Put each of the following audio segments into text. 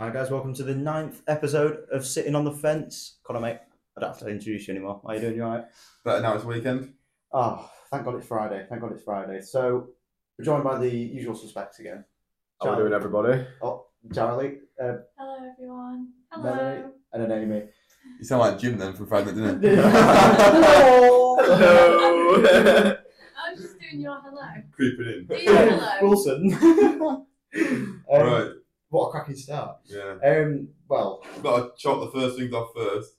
Hi guys, welcome to the ninth episode of Sitting on the Fence. Connor, mate, I don't have to introduce you anymore. How you doing? You alright? But now it's weekend. Oh, thank God it's Friday. Thank God it's Friday. So we're joined by the usual suspects again. How we doing, everybody? Oh, Charlie uh, Hello, everyone. Hello. Melanie. and then Amy. You sound like Jim then from Friday Night Dinner. Hello. Hello. I was just doing your hello. Creeping in. Do your hello. Wilson. um, Right. What a cracking start. Yeah. Um, well, Got to chop the first things off first.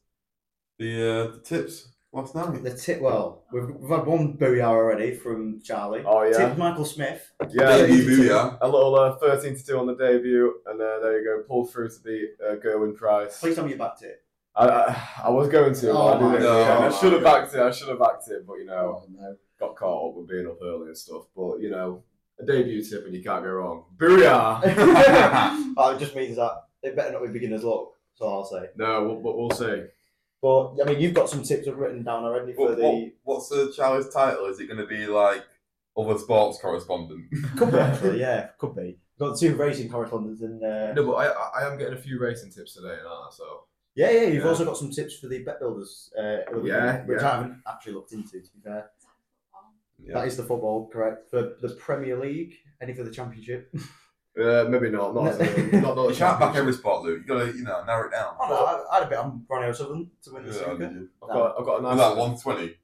The uh, the tips last night. the tip. Well, we've, we've had one booyah already from Charlie. Oh yeah, Tipped Michael Smith. yeah. Baby booyah. A little uh, thirteen to two on the debut, and uh, there you go. Pull through to the uh, Gerwin Price. Please tell me you backed it. I, I, I was going to. but Oh, I didn't. no. Yeah, I should have backed it. I should have backed it, but you know, no. got caught up with being up early and stuff. But you know, a debut tip and you can't go wrong. Booyah! oh, it just means that it better not be beginner's luck. That's all I'll say. no, we'll, but we'll see. But I mean, you've got some tips written down already for What, what, the what's the Charlie's title? Is it going to be like other sports correspondent? could be actually, yeah, could be. We've got two racing correspondents and uh, No, but I, I, I am getting a few racing tips today, and I so yeah, yeah. You've Yeah. also got some tips for the bet builders, uh, at the Yeah, weekend, which I yeah. haven't actually looked into. To be fair, that is the football, correct? For the Premier League, any for the Championship? uh, maybe not. Not as a- not not You a can't back championship. every sport, Luke. You gotta, you know, narrow it down. Oh, no, I, I had a bit on Ronnie O'Sullivan to win the Yeah, I snooker. did you? I've got, I've got a Was nice that one twenty?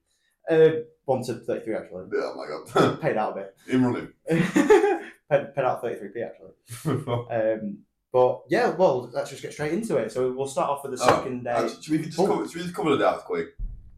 Uh, one to thirty-three actually. Yeah, oh my god. Paid out a bit. In running. paid, paid out thirty-three p actually. Um, but yeah, well, let's just get straight into it. So we'll start off with the Oh, second day. Actually, should we just Oh. cover? Should we just cover the darts quick?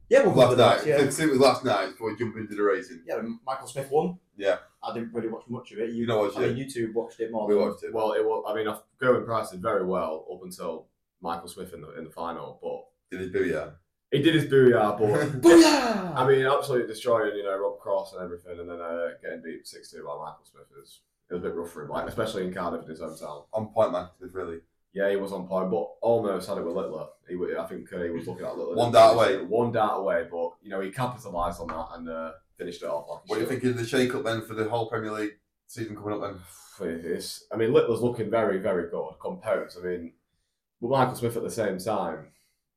yeah, we'll Last cover that. night. Yeah. Since it was last night before we jump into the racing. yeah, Michael Smith won. Yeah. I didn't really watch much of it. You, You know what? I mean, you two watched it more. We than- watched it. Well, it was. I mean, Gerwin Price did very well up until Michael Smith in the in the final, but Did it do ya? he did his booyah. But Booyah! I mean, absolutely destroying you know Rob Cross and everything, and then uh, getting beat six two by Michael Smith is it was a bit rough for him, like especially in Cardiff in his hometown. On point, man. It was really. Yeah, he was on point, but almost had it with Littler. He, wa- I think uh, he was looking at Littler. One dart away. One dart away, but you know he capitalised on that and uh, finished it off. Like he What are you should. thinking of the shake-up then for the whole Premier League season coming up then? It's, I mean, Littler's looking very, very good, composed. I mean, but Michael Smith at the same time,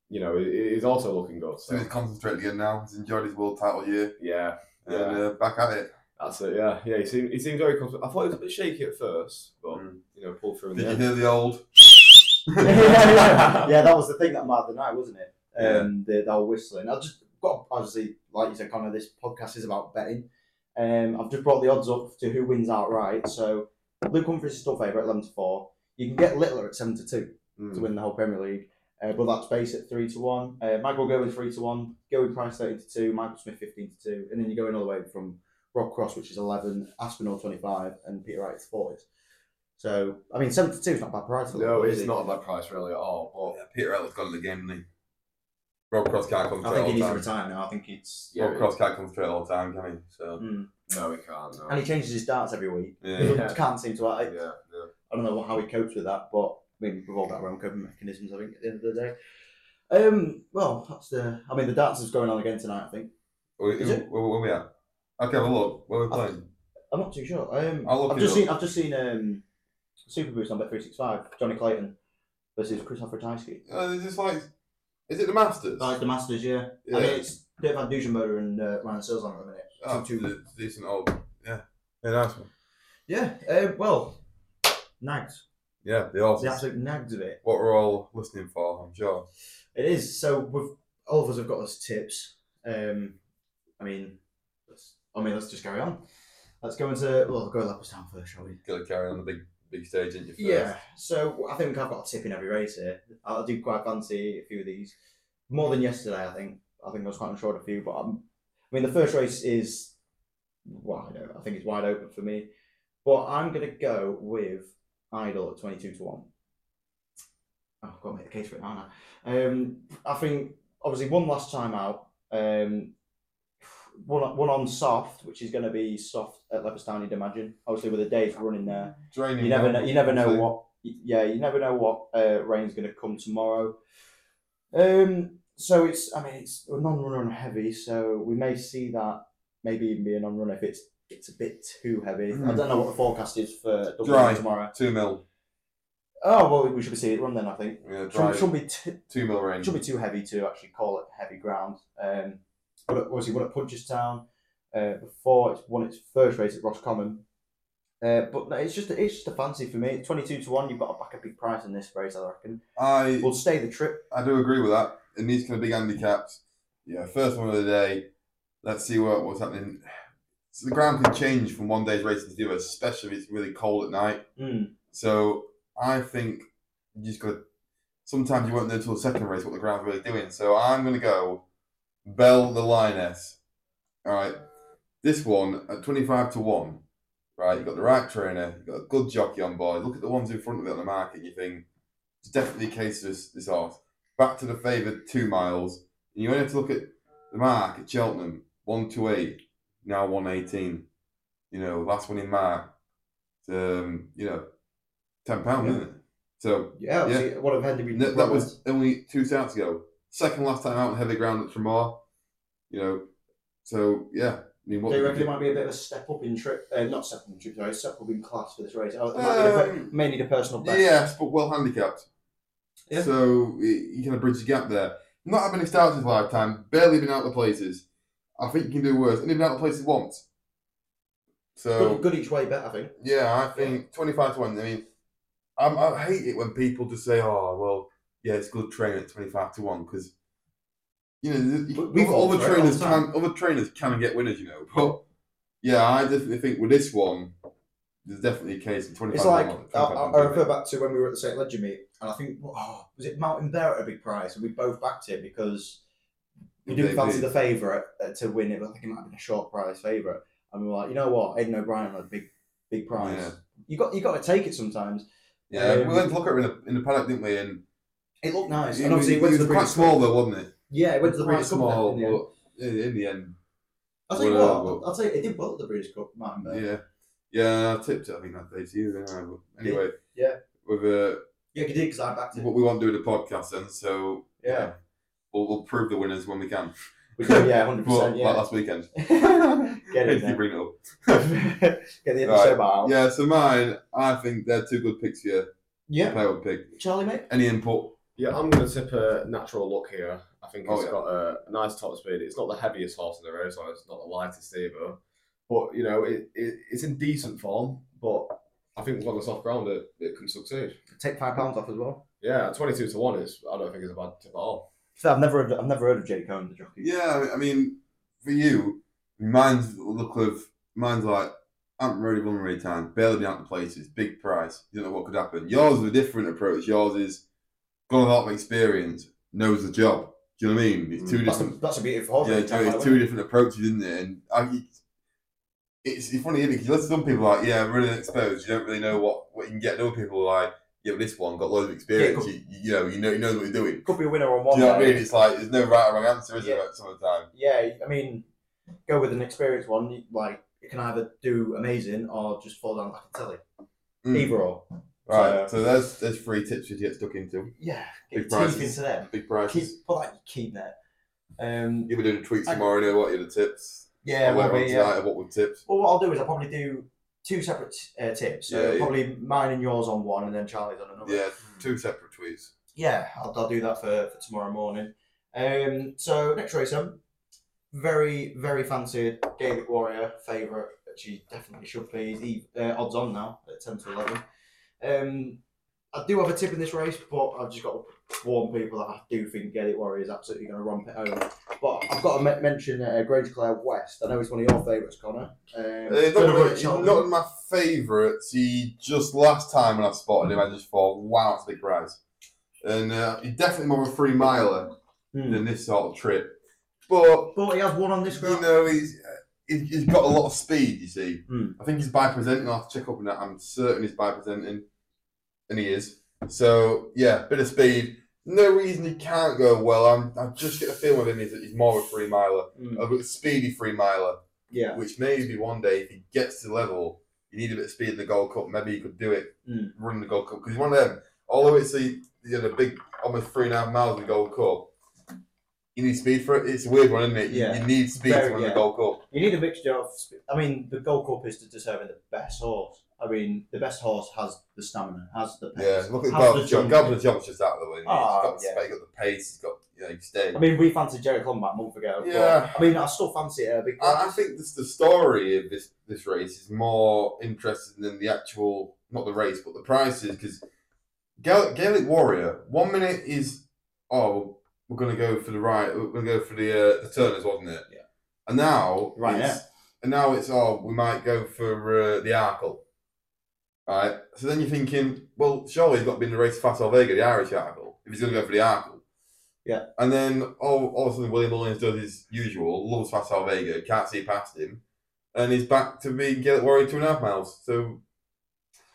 you know, he- he's also looking good. So So, he's concentrated again now. He's enjoyed his world title year yeah, and uh, back at it. that's it. Yeah, yeah, he seemed, he seemed very confident. I thought he was a bit shaky at first, but, Mm. you know, pulled through in Did the you end. hear the old? yeah, that was the thing that marred the night, wasn't it? Yeah. Um, the, the whole whistling. I've just got obviously, like you said, Connor. This podcast is about betting. Um, I've just brought the odds up to who wins outright. So Luke Humphries is still favourite, eleven to four. You can get Littler at seven to two. to Mm. win the whole Premier League. Uh, but that's base at three to one. Uh, Michael Gerwin three to one. Gerwin Price thirty to two. Michael Smith fifteen to two. And then you go another way from Rob Cross, which is eleven. Aspinall twenty five, and Peter Wright forties. So I mean, seven to two is not a bad price. for No, Liverpool, it's is it? not a bad price, really, at all. Oh, yeah, Peter Ellis got in the game, didn't he? Rob Cross can't come I straight think all he the needs to time. retire now. I think it's. Yeah, Rob Cross can't come straight all the time, can he? So Mm. But no, he can't. No. And he changes his darts every week. yeah. Yeah. Can't seem to. I, yeah, yeah. I don't know how he copes with that, but I mean, we've all got our own coping mechanisms. I think at the end of the day. Um. Well, that's the. I mean, the darts is going on again tonight. I think. Where, Is it? where, where we at? Okay, well look, where we I- playing? I'm not too sure. Um, I'll look I've it just up. seen I've just seen um, Super Boost on Bet365, Johnny Clayton versus Christopher Tyski. Uh, is this like? Is it the Masters? That's the Masters, yeah. yeah. I mean, it's Dave Van Duzenberger and uh, Ryan Searles on at the minute. Oh, two- two- it's a decent old. Yeah. Yeah, nice one. Yeah, uh, well, nags. Yeah, the old. The absolute nags of it. What we're all listening for, I'm sure. It is. So we've all of us have got us tips. Um, I mean, let's, I mean, let's just carry on. Let's go into well, we'll go Leopardstown first, shall we? Got to carry on the big, big stage, didn't you? First? Yeah, so I think I've got a tip in every race here. I do quite fancy a few of these more than yesterday. I think I think I was quite unsure of a few, but i I mean the first race is wide. o- I think it's wide open for me, but I'm gonna go with Idol at twenty two to one. Oh, I've got to make the case for it now. haven't I? Um, I think obviously one last time out. Um, one, one on soft, which is going to be soft at Leopardstown, you'd imagine. Obviously, with the days running there, Draining. you never know. ground, You never know obviously. what. Yeah, you never know what uh, rain's going to come tomorrow. Um. So it's. I mean, it's a non-runner and heavy. So we may see that. Maybe even be a non-runner if it's it's a bit too heavy. I Mm. don't know what the forecast is for Dublin Dry. tomorrow. Two mil. Oh well, we should be seeing it run then. I think Yeah, shouldn't, drive shouldn't be t- two mil range. shouldn't be too heavy to actually call it heavy ground. Um, but obviously, won at Punchestown uh, before it's won its first race at Roscommon. Uh, but no, it's just it's just a fancy for me. Twenty two to one, you've got to back a big price in this race, I reckon. I We'll stay the trip. I do agree with that. It needs kind of big handicaps. Yeah, first one of the day. Let's see what, what's happening. So the ground can change from one day's racing to the other, especially if it's really cold at night. Mm. So I think you just got to. Sometimes you won't know until the second race what the ground's really doing. So I'm going to go Bell the Lioness. All right. This one at 25 to 1. Right. You've got the right trainer. You've got a good jockey on board. Look at the ones in front of it on the market. You think it's definitely a case of this, this horse. Back to the favoured two miles. And you only have to look at the mark at Cheltenham 128, now 118. You know, last winning mark. It's, Um, you know, ten pound, isn't it? So Yeah, obviously, what have had to be that, that was only two starts ago. Second last time out on heavy ground at Tremor. You know, so yeah. I mean, what Do you we reckon it could might be a bit of a step up in trip? Uh, not step up in trip, sorry, step up in class for this race. Oh, it do- might be a bit- Um, may need a personal best. yes, but well handicapped. Yeah. So y- you kind of bridge the gap there. Not having any starts his lifetime, barely been out of places. I think you can do worse. And even out of places once. So Good, good each way bet, I think. Yeah, I think twenty-five to one. I mean, I'm, I hate it when people just say, "Oh, well, yeah, it's good training at twenty-five to one," because you know, you- We- we've other altered it all trainers the time. can other trainers can get winners, you know. But yeah, I definitely think with this one, there's definitely a case in twenty-five. It's to like, one, I, I, I 25 to refer one. back to when we were at the St. Ledger meet, and I think, oh, was it Mountain Bear at a big price? And we both backed it because we didn't They fancy did. the favourite uh, to win it, but I think it might have been a short price favourite. And we were like, you know what, Aiden O'Brien had a big, big prize. Yeah. You got, you got to take it sometimes. Yeah, um, we went to look at it in the, in the paddock, didn't we? And It looked nice, it, and obviously it was, went it to was the quite Breeders' small Cup. though, wasn't it? Yeah, it went to the quite Breeders' Cup. small, then, in the end. but in, in the end, I'll tell you Well, what, well- I'll tell you, it did well at the Breeders' Cup, Mountain Bear. yeah, yeah, I tipped it. I think that day to you. didn't I? But Anyway, Yeah. with uh, Yeah, you did because I backed it. what we won't do in the podcast then. So Yeah. we'll, we'll prove the winners when we can. We did, yeah, hundred Well, percent. like Yeah, last weekend. get If it. you then. bring it up. get the episode out. Yeah, so mine, I think they're two good picks for you. yeah, If I would pick Charlie, mate. any input. Yeah, I'm going to tip a natural look here. I think Oh, it's yeah. got a, a nice top speed. It's not the heaviest horse in the race, or it's not the lightest either. But, you know, it, it it's in decent form, but I think as long as soft ground, it, it can succeed. Take five pounds off as well. Yeah, 22 to 1 is, I don't think it's a bad tip at all. I've never, heard, I've never heard of Jake Cohen, the jockey. Yeah, I mean, for you, mine's the look of mine's like I'm really run really time, barely been out to places, big price. You don't know what could happen. Yours is a different approach. Yours is got a lot of experience, knows the job. Do you know what I mean? It's two Mm, that's a, different that's a beautiful horse. Yeah, race, it's, by the it's way. two different approaches, isn't it? And I, it's, it's funny isn't it? because you listen to some people like, yeah, I'm really exposed. You don't really know what, what you can get. And other people are like, yeah, but this one got loads of experience. you, you know, you know, he knows what he's doing. Could be a winner on Do one. you know what I day. mean? It's like there's no right or wrong answer, is Yeah. there? Some of the time. Yeah, I mean, go with an experienced one. you- Like it can either do amazing or just fall down like a telly. Mm. Either or. Right. So there's there's three tips you get stuck into. Yeah, Big get your teeth prizes. into them. Big Keep, prices. put that in your key net. Um, You'll be doing tweets I- tomorrow. You know what? You're the tips. yeah, Or we'll later on be, yeah. tonight, What with tips? Well, what I'll do is I'll probably do two separate uh, tips. So Yeah, yeah. probably mine and yours on one, and then Charlie's on another. Yeah, two separate tweets. Yeah, I'll, I'll do that for, for tomorrow morning. Um, so next race, um, very very fancied Gaelic Warrior favourite. that She definitely should be. The uh, odds on now at ten to eleven. Um, I do have a tip in this race, but I've just got to warn people that I do think Gaelic Warrior is absolutely going to romp it home. But I've got to me- mention uh, Grangeclare West. I know it's one of your favourites, Connor. Um, Uh, he's gonna not, run one at he's Cheltenham. not my favourites. He just last time when I spotted him, I just thought, wow, it's a big prize. And uh, he's definitely more of a three miler Hmm. than this sort of trip. But But he has one on this you ground. know, he's uh, he's he's got a lot of speed. You see, Hmm. I think he's by presenting. I'll have to check up on that. I'm certain he's by presenting, and he is. So yeah, bit of speed. No reason he can't go well. I'm I just get a feeling with him is that he's more of a three miler, Mm. a speedy three miler Yeah. which maybe one day if he gets to the level, you need a bit of speed in the Gold Cup. Maybe he could do it, Mm. run the Gold Cup because one of them. Although it's a you know, the big almost three and a half miles in the Gold Cup, you need speed for it. It's a weird one, isn't it? You- Yeah. You, need speed Very- to win yeah. the Gold Cup. You need a mixture of. I mean, the Gold Cup is to determine the best horse. I mean, the best horse has the stamina, has the pace. Yeah, look has the at Goblin Job. jump. Goblin Job's just out of the way. He's Ah, got the yeah. space, he's got the pace, he's got, you know, he's staying. I mean, we fancied Jerry Clun about a month ago. but, Yeah. I mean, I still fancy it a big I, I think this, the story of this, this race is more interesting than the actual, not the race, but the prices, because Gaelic, Gaelic Warrior, one minute is, oh, we're going to go for the right, we're going to go for the, uh, the Turners, wasn't it? Yeah. And now, Right, it's- and now it's, oh, we might go for uh, the Arkle. Right? So then you're thinking, well, surely he's got to be in the race for Fast Vega, the Irish Arkle, if he's going to go for the Arkle. And then all, all of a sudden, William Mullins does his usual, loves Fast Vega, can't see past him, and he's back to being Gaelic Warrior two and a half miles. So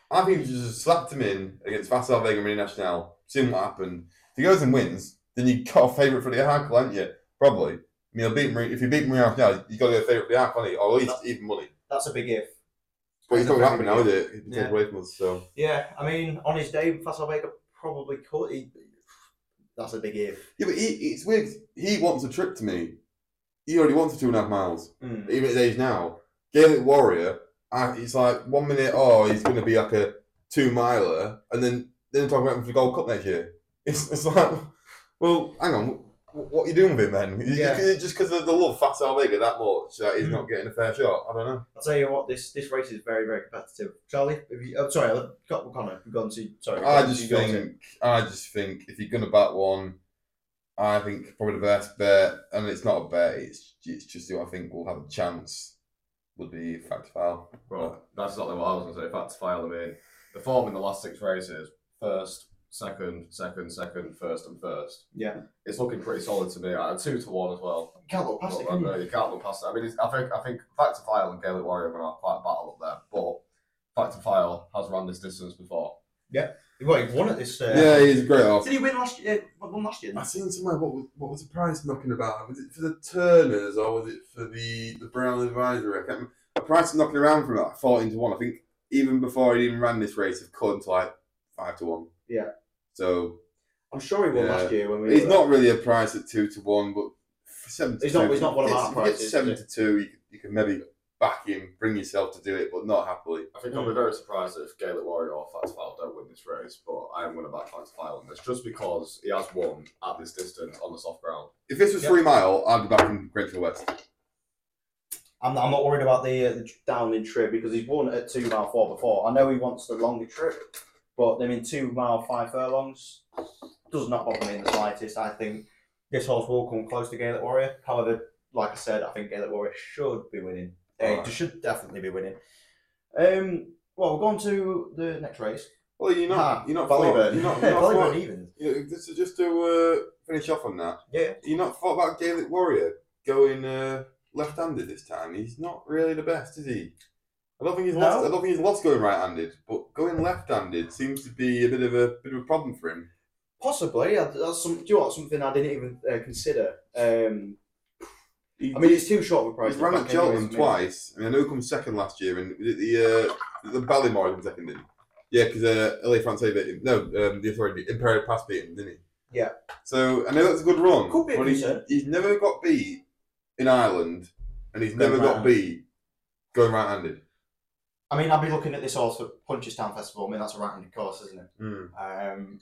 I think you should just slapped him in against Fast Vega and Marine National, seen what happened. If he goes and wins, then you got a favourite for the Arkle, haven't you? Probably. I mean, he'll beat Marine, if you beat Marine National, you've got to get a favourite for the Arkle, haven't you? or at least even money. That's a big if. But it's not That's a happening very now, is big it? It's Yeah. away from us, so. Yeah, I mean, on his day, Fassel Vega probably could. He, that's a big if. Yeah, but he, it's weird. 'cause He wants a trip to me. He already wants a two and a half miles. Mm. even at his age now, Gaelic Warrior, uh, he's like one minute, oh, he's going to be like a two miler, and then then talking about him for the Gold Cup next year. It's, it's like, well, hang on, wh- what are you doing with him then? Is it- Yeah. is it just because of the love Fat Al Vega that much that he's not getting a fair shot? I don't know. I'll tell you what, this this race is very, very competitive. Charlie, if you, oh, sorry, I've got Connor. We've gone to, sorry. I gone just to your team. think, I just think if you're going to bat one, I think probably the best bet, and it's not a bet, it's, it's just who I think will have a chance would be Fact Foul. Well, that's exactly what I was going to say. If I had to file them in, the form in the last six races first, second, second, second, first, and first. Yeah. It's looking pretty solid to me. At a two to one as well. You can't look past it, Well, can you? no, you can't look past that. I mean, it's, I think I think Fact to File and Gaelic Warrior are going to have quite a battle up there, but Fact to File has run this distance before. Well, he won at this. Uh, Yeah, he's a great off. Did he win last year? What won last year? I seen somewhere what was what was the price knocking about? Was it for the Turners or was it for the the Brown Advisory? I can't remember. The price was knocking around from like fourteen to one. I think even before he even ran this race, have come to like five to one. Yeah. So I'm sure he won Yeah. last year when we. he's were- not really a price at two to one, but for seven. To He's two, not- he's not one of if our you prices, Get is seven he? to two. You, you can maybe back him, bring yourself to do it, but not happily. I think I'll be very surprised if Gaelic Warrior or Fact to File don't win this race, but I am going to back Fact to File on this just because he has won at this distance on the soft ground. If this was Yep. three mile, I'd be back in Grenfell West. I'm, I'm not worried about the, uh, the down in trip because he's won at two mile four before. I know he wants the longer trip, but I mean two mile five furlongs does not bother me in the slightest. I think this horse will come close to Gaelic Warrior. However, like I said, I think Gaelic Warrior should be winning. They Alright. should definitely be winning. Um, well, we're going to the next race. Well, you're Ah, not. You're not. Ballyburn. You're not. Yeah, You're not Ballyburn evens. You know, just, just to uh, finish off on that, Yeah. you not thought about Gaelic Warrior going uh, left-handed this time. He's not really the best, is he? I don't think he's No. lost. I don't think he's lost going right-handed, but going left-handed seems to be a bit of a bit of a problem for him. Possibly. I- That's some, do you know what, something I didn't even uh, consider. Um, He, I mean, it's too short of a price. he's run at back anyways, Cheltenham I mean. twice. I mean, I know he comes second last year, and was it the uh, the Ballymore he come second in. Yeah, because uh, LA France beat him. No, um, the authority Imperial Pass beat him, didn't he? Yeah. So I know that's a good run. Could be a but he's, concern. he's never got beat in Ireland, and he's Going never got right-handed. beat going right-handed. I mean, I'd be looking at this horse for Punchestown Festival. I mean, that's a right-handed course, isn't it? Mm. Um,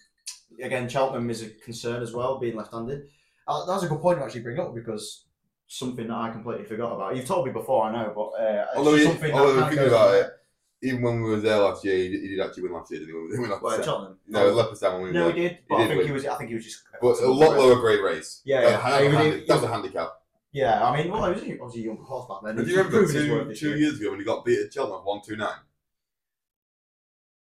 again, Cheltenham is a concern as well, being left-handed. Uh, that's a good point to actually bring up because something that I completely forgot about. You've told me before, I know, but uh, it's Although, he, something that although kinda thinking goes about on. it, even when we were there last year, he did, he did actually win last year, didn't he? When we went Well, last year. Cheltenham. No, Leopardstown when we were no, there. he did. But did I think win. he was. I think he was just. But a lot lower grade race. Yeah, That yeah. was a He- hand- he- That was a handicap. Yeah, I mean, well, he was a- obviously a young horse back then. Do He's you remember proven his worth two, this two year. years ago when he got beat at Cheltenham one two nine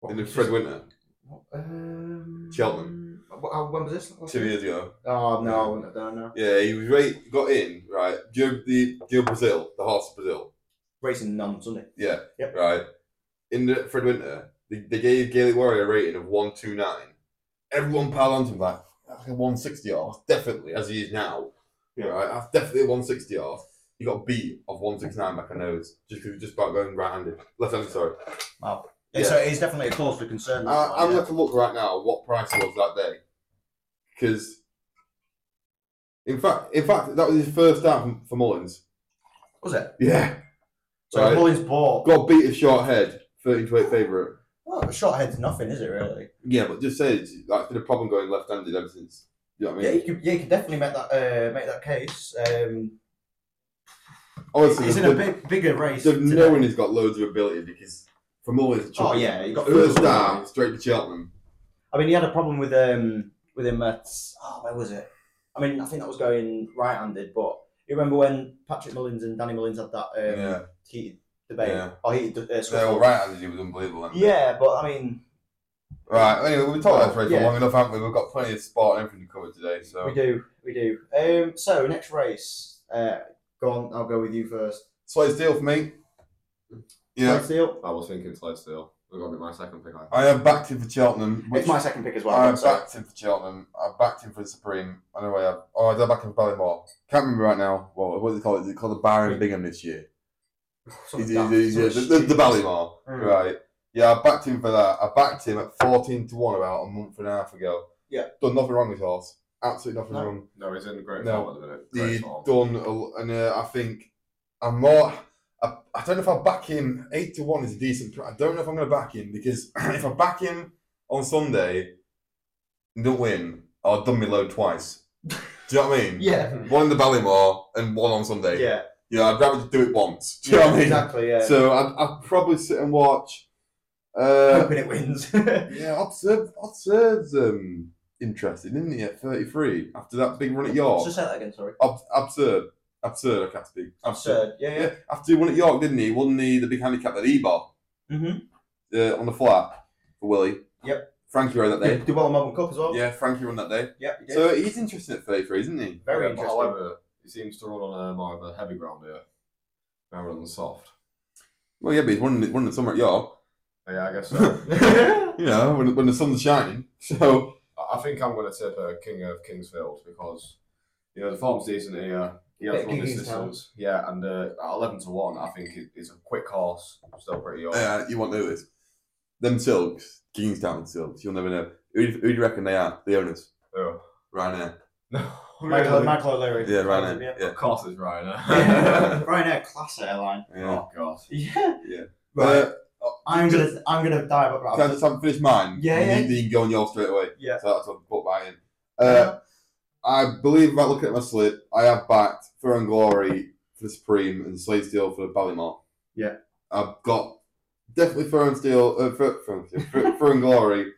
What in the was Fred this? Winter What, um, Cheltenham. what- how- When was this? two years ago? Oh no, no, no, no. Yeah, he was right, got in right. Joe the Joe Brazil, the horse of Brazil. Racing nuns, wasn't it? Yeah, Yep. right. In the Fred Winter, they, they gave Gaelic Warrior a rating of one two nine. Everyone piled onto him like one sixty off, definitely as he is now. Yeah. right. That's definitely a one sixty off. He got beat of one six nine back a nose just 'cause he was just about going right handed, left handed. Sorry. Yeah. Yeah. So it's definitely a cause for concern. that Uh, one, I'm yeah. going to look right now what price it was that day, because in fact, in fact, that was his first start for- for Mullins. Was it? Yeah, So Right. Mullins bought. got beat a short head thirteen to eight favourite. Well, a short head's nothing, is it really? Yeah, but just say it's like been a problem going left-handed ever since. You know what I Yeah, mean? you could, yeah, you could definitely make that uh, make that case. Um, Obviously, it's in the- a big, bigger race. So today. no one has got loads of ability because from all his Oh, yeah, you got first loads of down ability. straight to Cheltenham. I mean, he had a problem with um with him at oh where was it? I mean, I think that was going right-handed, but you remember when Patrick Mullins and Danny Mullins had that um, Yeah, heated debate Yeah. or heated uh, they're all scuffle? right handed. It was unbelievable. wasn't it? Yeah, but I mean, Right. Anyway, we've been talking about this race Yeah. for long enough, haven't we? We've got plenty of sport and everything to cover today. So we do, we do. Um, so next race, uh, go on. I'll go with you first. Slight deal for me. Yeah, Clydesdale? I was thinking Clydesdale. We're going to be my second pick. I think. I have backed him for Cheltenham. Which it's my second pick as well. I I'm have sorry. backed him for Cheltenham. I backed him for the Supreme. I know I have. Oh, I did back him for Ballymore. Can't remember right now. Well, what do they call it? They call it the Baron Bingham this year. Something He's, daft, he's, he's, something yeah, the, the, the stupid. Ballymore, Mm. right? Yeah, I backed him for that. I backed him at fourteen to one about a month and a half ago. Yeah. done nothing wrong with his horse. Absolutely nothing No. wrong. No, he's in great No. form at the minute. Great He's form. done, a l- and uh, I think I'm more. I, I don't know if I back him eight to one is a decent. pr- I don't know if I'm going to back him because if I back him on Sunday, and don't win. I'll done me load twice. Do you know what I mean? Yeah, One in the Ballymore and one on Sunday. yeah, Yeah, I'd rather just do it once. Do you know yeah what I mean? exactly. Yeah, So I'd, I'd probably sit and watch. Uh, hoping it wins. yeah, yeah, I'd serve, I'd serve um, interested, didn't he, at 33 after that big run at York? just say that again. Sorry. Ab- absurd. Absurd, I can't speak. Absurd. Yeah, yeah. Yeah, after he won at York, didn't he? Won the, the big handicap at Ebar Mm-hmm. uh, on the flat for Willie. Yep. Frankie ran that They day. did well in Melbourne Cup as well. Yeah, Frankie ran that day. Yep, he did. So he's interesting at 33, isn't he? Very Yeah, but interesting. However, he seems to run on a more of a heavy ground here, rather than soft. Well, yeah, but he's running, running summer at York. But yeah, I guess so. You know, when, when the sun's shining. So, I- I think I'm going to tip a King of Kingsfield because you know the form's decent here. He has Bit of run this gigging as well. distance, yeah, and uh, at eleven to one, I think it- it's a quick horse, still pretty young. yeah, uh, you won't know this. Them silks, Kingstown silks, you'll never know. Who, who do you reckon they are? The owners? Oh. Ryanair. No, Michael, really? Michael O'Leary. Yeah, Ryanair. Yeah. Of course, it's Ryanair. Ryanair class airline. yeah. Oh God. Yeah. Yeah. Uh, Right. But I'm gonna I'm gonna dive up. uh, Right. can I just have finished mine? Yeah, And yeah. You, you can go on yours straight away. Yeah. So that's what I put mine in. Uh, I believe, right looking at my slip, I have backed Fur and Glory for the Supreme and Slade Steel for the Ballymore. Yeah. I've got definitely Fur and Steel, uh, Fur, Fur, and Steel, Fur, Fur and Glory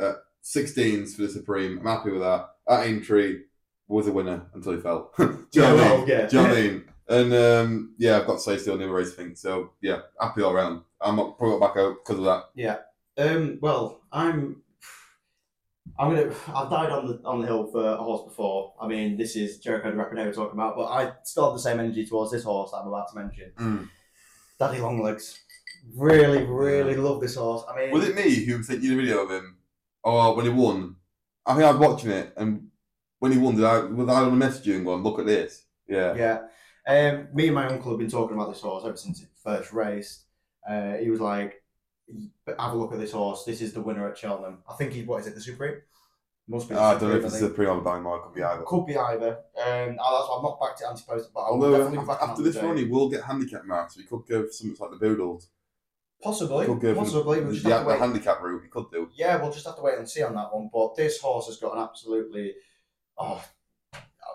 at 16s for the Supreme. I'm happy with that. At Aintree was a winner until he fell. Do you know what I mean? well, yeah. Do you know what I mean? And um, yeah, I've got Slay Steel in the other race, I think. So yeah, happy all round. I'm not probably not back out because of that. Um. Well, I'm. I'm gonna. I've died on the on the hill for a horse before. I mean, this is Jericho and Rapinoe we're talking about, but I still have the same energy towards this horse that I'm about to mention. Daddy Longlegs. Really, really love this horse. I mean, Was it me who sent you the video of him? Or when he won? I think I was watching it, and when he won, did I was I on a message you and going, "Look at this"? Yeah, Yeah. Um, me and my uncle have been talking about this horse ever since it first raced. Uh, he was like, "But have a look at this horse. This is the winner at Cheltenham. I think he, what is it, the Supreme? Must be the Ah, I don't Supreme, know if I it's a think. pre or Bangor, it could be either. Could be either. Um, oh, that's why I'm not back to anti-post, but I'll Although definitely after, be back on that this today. run, he will get handicap marks. So he could go for something like the Boodles. He possibly, could go for possibly. the, We'll just the- have to the wait. handicap route. He could do. yeah, we'll just have to wait and see on that one. But this horse has got an absolutely, oh,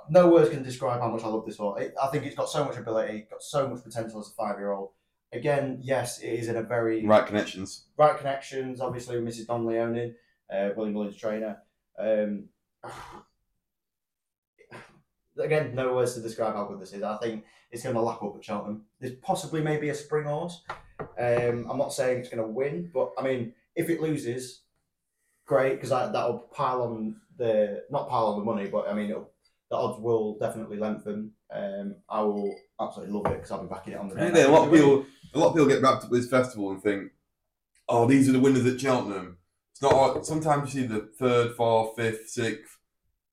no words can describe how much I love this horse. It, I think it's got so much ability, got so much potential as a five-year-old. Again, yes, it is in a very Right connections. right connections, obviously with Mrs. Don Leone, uh, William Williams trainer. Um, again, no words to describe how good this is. I think it's going to lap up at Cheltenham. There's possibly maybe a spring horse. Um, I'm not saying it's going to win, but I mean, if it loses, great because that that'll pile on the not pile on the money, but I mean, it'll, the odds will definitely lengthen. Um, I will absolutely love it because I'll be backing it on the. I think day. that a lot of people, a lot of people get wrapped up with this festival and think, "Oh, these are the winners at Cheltenham." It's not. like- Sometimes you see the third, fourth, fifth, sixth.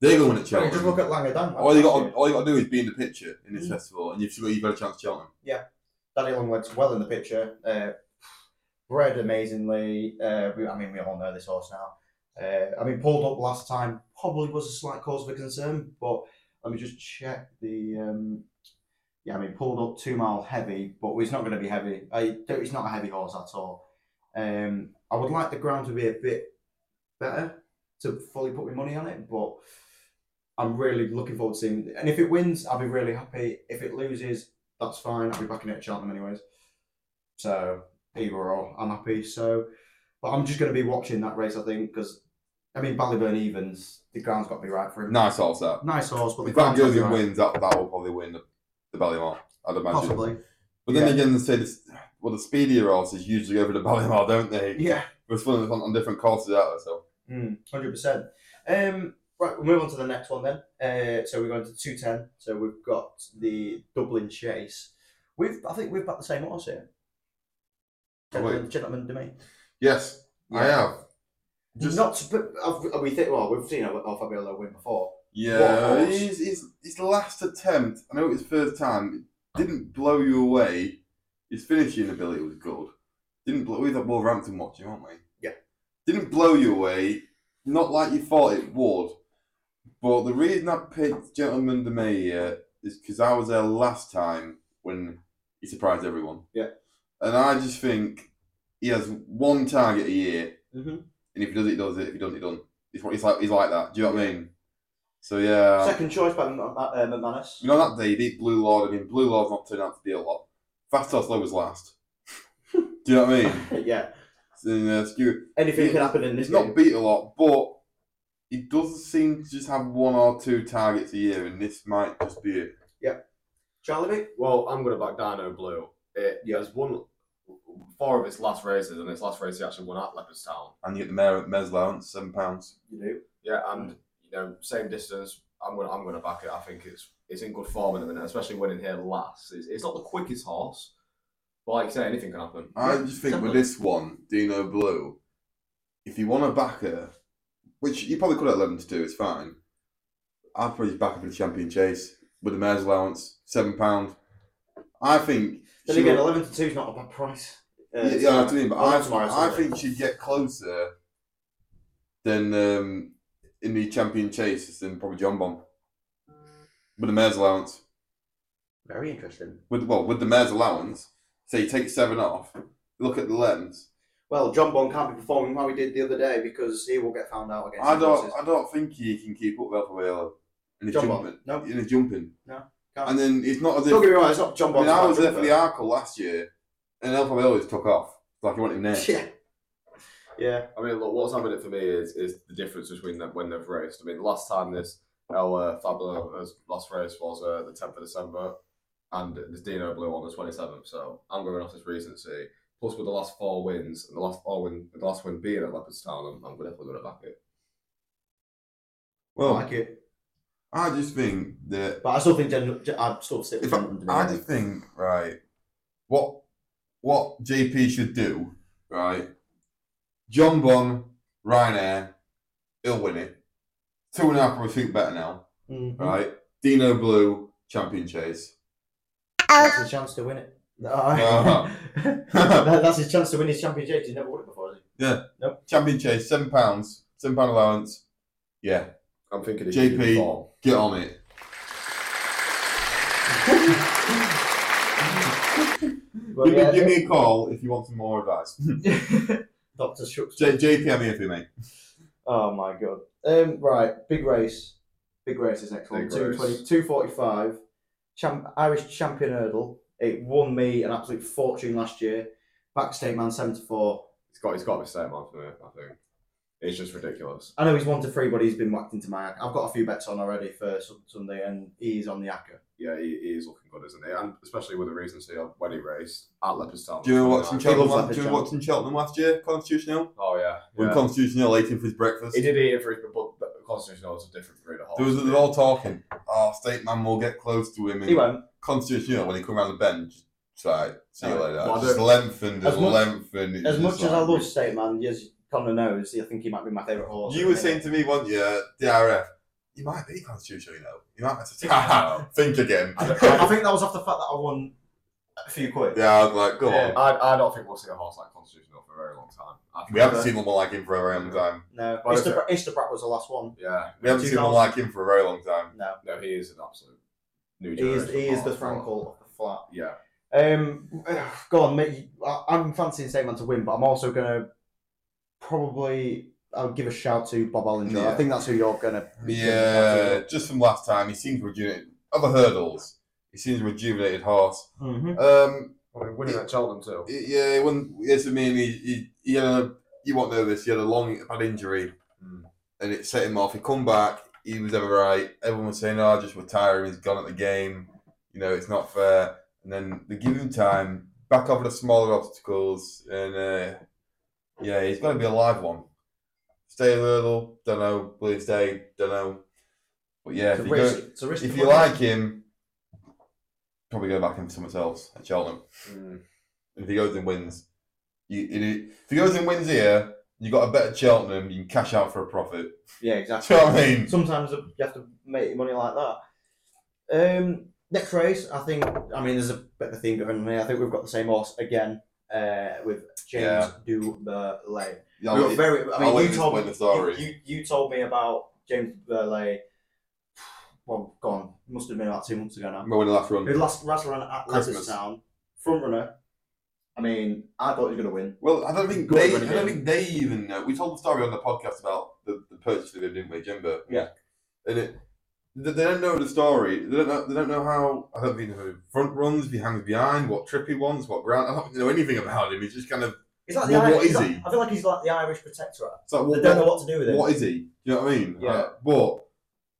They're going to win at Just look Cheltenham. at Langer Dan. All you Oh, got, all you got to do is be in the picture in this Mm. festival, and you've got you've got a chance at Cheltenham. Daddy Longlegs well in the picture. Uh, bred amazingly. Uh, we, I mean, we all know this horse now. Uh, I mean, pulled up last time probably was a slight cause for concern, but let me just check the. Um, yeah, I mean, pulled up two mile heavy, but he's not going to be heavy. Uh, he- he's not a heavy horse at all. Um, I would like the ground to be a bit better to fully put my money on it, but I'm really looking forward to seeing. And if it wins, I'll be really happy. If it loses, that's fine. I'll be back in it at Cheltenham anyways. So either or, I'm happy. So, but I'm just going to be watching that race. I think because I mean Ballyburn evens. The ground's got to be right for him. Nice horse that. Nice horse, but the If that ground's got to goes be and right. wins, that, that will probably win the, the Ballymore, I'd imagine. Possibly, But then Yeah. again, they say this, well, the speedier horses usually go for the Ballymore, don't they? yeah. We're filling on, on different courses out there, so. Hmm, Hundred percent. Um, right, we'll move on to the next one then. Uh, so we're going to two ten. So we've got the Dublin Chase. We've, I think we've got the same horse here. Oh, wait. Gentleman, gentleman to me. Yes, I have. Just- not, to put- I've- we think. Well, we've seen Al- Alfabello win before. What Yeah, horse? his, his, his last attempt, I know it was first time, it didn't blow you away. His finishing ability was good. Didn't blow, we had Wolverhampton watching, weren't we? Yeah. Didn't blow you away, not like you thought it would. But the reason I picked Gentleman de May here is because I was there last time when he surprised everyone. Yeah. And I just think he has one target a year, Mhm. and if he does it, he does it. If he doesn't, he doesn't. He's, what- he's like he's like that. Do you know what I mean? So yeah, Second choice by M- uh, McManus. you know that day he beat Blue Lord. I mean, Blue Lord's not turned out to be a lot. Fast or slow was last. Do you know what I mean? yeah, So, yeah, Skew- anything Yeah. can happen in this he's game. not beat a lot, but he does seem to just have one or two targets a year, and this might just be it. Charlie, Vick? Well, I'm going to back Dino Blue. It Yeah. has won four of its last races, and its last race he actually won at Leopardstown. And you get the mayor, mayor's allowance, seven pounds. you do. Yeah, and you know, same distance. I'm going. to I'm going to back it. I think it's it's in good form at the minute, especially winning here last. It's, it's not the quickest horse, but like I say, anything can happen. I Yeah, just think with definitely. this one, Dino Blue, if you want to back her, which you probably could at 11 to do, it's fine. I'd probably back her for the champion chase with the mayor's allowance, seven pound. I think. Then she again, will- eleven to two is not a bad price. Uh, yeah, yeah, I mean, but Well, I, not tomorrow, I Sunday. think she'd get closer than um, in the champion chase than probably John Bomb with the mayor's allowance. very interesting. With well, with the mayor's allowance, say you take seven off. Look at the lens. Well, John Bond can't be performing how he did the other day because he will get found out against. I the don't. horses. I don't think he can keep up with Alpha in the John jumping. Bond, no. In the jumping. No, can't. And then it's not as if. Don't get me wrong, it's not John I Bond. mean, I was there for the Arkle last year, and Alpha always took off. Like he went in there. Yeah. Yeah. I mean, look, what's happening for me is is the difference between them when they've raced. I mean, last time this El uh, Fabulous last race was uh, the 10th of December, and this Dino Blue on the 27th. So I'm going off this recency. Plus, with the last four wins and the last four win, the last win being at Leopardstown, I'm, I'm definitely going to back it. I Well, like it. I just think that But I still think Gen- Gen- I'd still stick with If I, John Bond. I just think right, what what JP should do right, John Bon Ryanair, he'll win it. Two and a half will suit better now, Mhm. right? Dino Blue champion chase. That's his chance to win it. Uh-huh. That- that's his chance to win his championship. He's never won it before, has he? Champion chase, seven pounds, seven pound allowance. Yeah, I'm thinking it's JP. in form. get on it. Well, give, me- yeah, give me a call if you want some more advice. Dr. Shucks. J, JP, I'm here for you, E, mate. Oh my god. Um, right, big race. Big race is next one. Big race. 220, 245. Champ, Irish champion hurdle. It won me an absolute fortune last year. Backstate man 74. It's got, it's got to be set man for me. I think it's just ridiculous. I know he's one to three, but he's been whacked into my. I've got a few bets on already for Sun- Sunday, and he's on the acca. Yeah, he, he is looking good, isn't he? And especially with the recency of when he raced at Leopardstown. Do you remember watching Cheltenham? loves that last- Do you picture. remember watching Cheltenham last year? Constitutional. Oh yeah, When yeah. Constitutional ate him for his breakfast. He did eat it for his, but the Constitution was a different breed of horse. There was they were all talking. Oh, state man will get close to him. He And won't. constitutional when he come around the bench. It's like, see you Alright. later. Well, I just don't- lengthened As and much- lengthened. It's As just much as like- I love State Man, as Connor knows, I think he might be my favourite horse. you were saying to me one year, DRF, you might be constitutional. You know, you might have to No. think again. I don't- I think that was off the fact that I won a few quid. yeah, I was like, go Yeah. on. I, I don't think we'll see a horse like Constitutional for a very long time. I think- We haven't seen one like him for a very long time. No, Well, Easter, if Bra- Easter Brat was the last one. Yeah, We haven't seen one 2000. like him for a very long time. No, no, he is an absolute new he is generation he is the horse. Frankel of the flat. Yeah, Um, go on, mate. I- I'm fancying Saman to win, but I'm also gonna probably I'll give a shout to Bob Allinger. I Yeah. think that's who you're gonna. Yeah, uh, just from last time, he seems rejuvenated. Other hurdles, he seems a rejuvenated horse. hmm Um, Well, we're Oh, winning at Cheltenham too. y- yeah, when yes, I mean, he, he, he had a, you won't know this. He had a long bad injury, Mm. and it set him off. He come back, he was ever right. Everyone was saying, "Oh, just retire him. He's gone at the game. You know, it's not fair." And then they give him time, back over the smaller obstacles, and uh, yeah, he's going to be a live one. Stay a hurdle, don't know. Will he stay? Don't know. But yeah, It's a if he go- risk. It's a risk. if you like him, probably go back in for someone else at Cheltenham. Mm. If he goes and wins, you, it- if he goes and wins here, you got a better Cheltenham. You can cash out for a profit. yeah, Do exactly. you know what I mean? Sometimes you have to make money like that. Um, next race, I think. I mean, there's a bit of a theme going on here. I think we've got the same horse again uh, with James Yeah. Du Burley. Yeah, We were it- very. I I'll mean, let you this told point me. the story. You, you, you told me about James Burley. Well, gone. Must have been about two months ago now. Well, when the last He run. last last run at Mm. Christmas. Leicester front runner. I mean, I thought he was going to win. Well, I don't think Good they. run I don't again. think they even know. We told the story on the podcast about the, the purchase of him, didn't we, Jimbo? Yeah. And it, they they don't know the story. They don't know. They don't know how. I don't think they know front runs, he hangs behind, what trip he wants, what ground. I don't know anything about him. He's just kind of. Is that Well, the Irish? what is that- he? I feel like he's like the Irish protectorate. It's like, They what, don't what- know what to do with him. What is he? Do you know what I mean? Yeah. Uh, but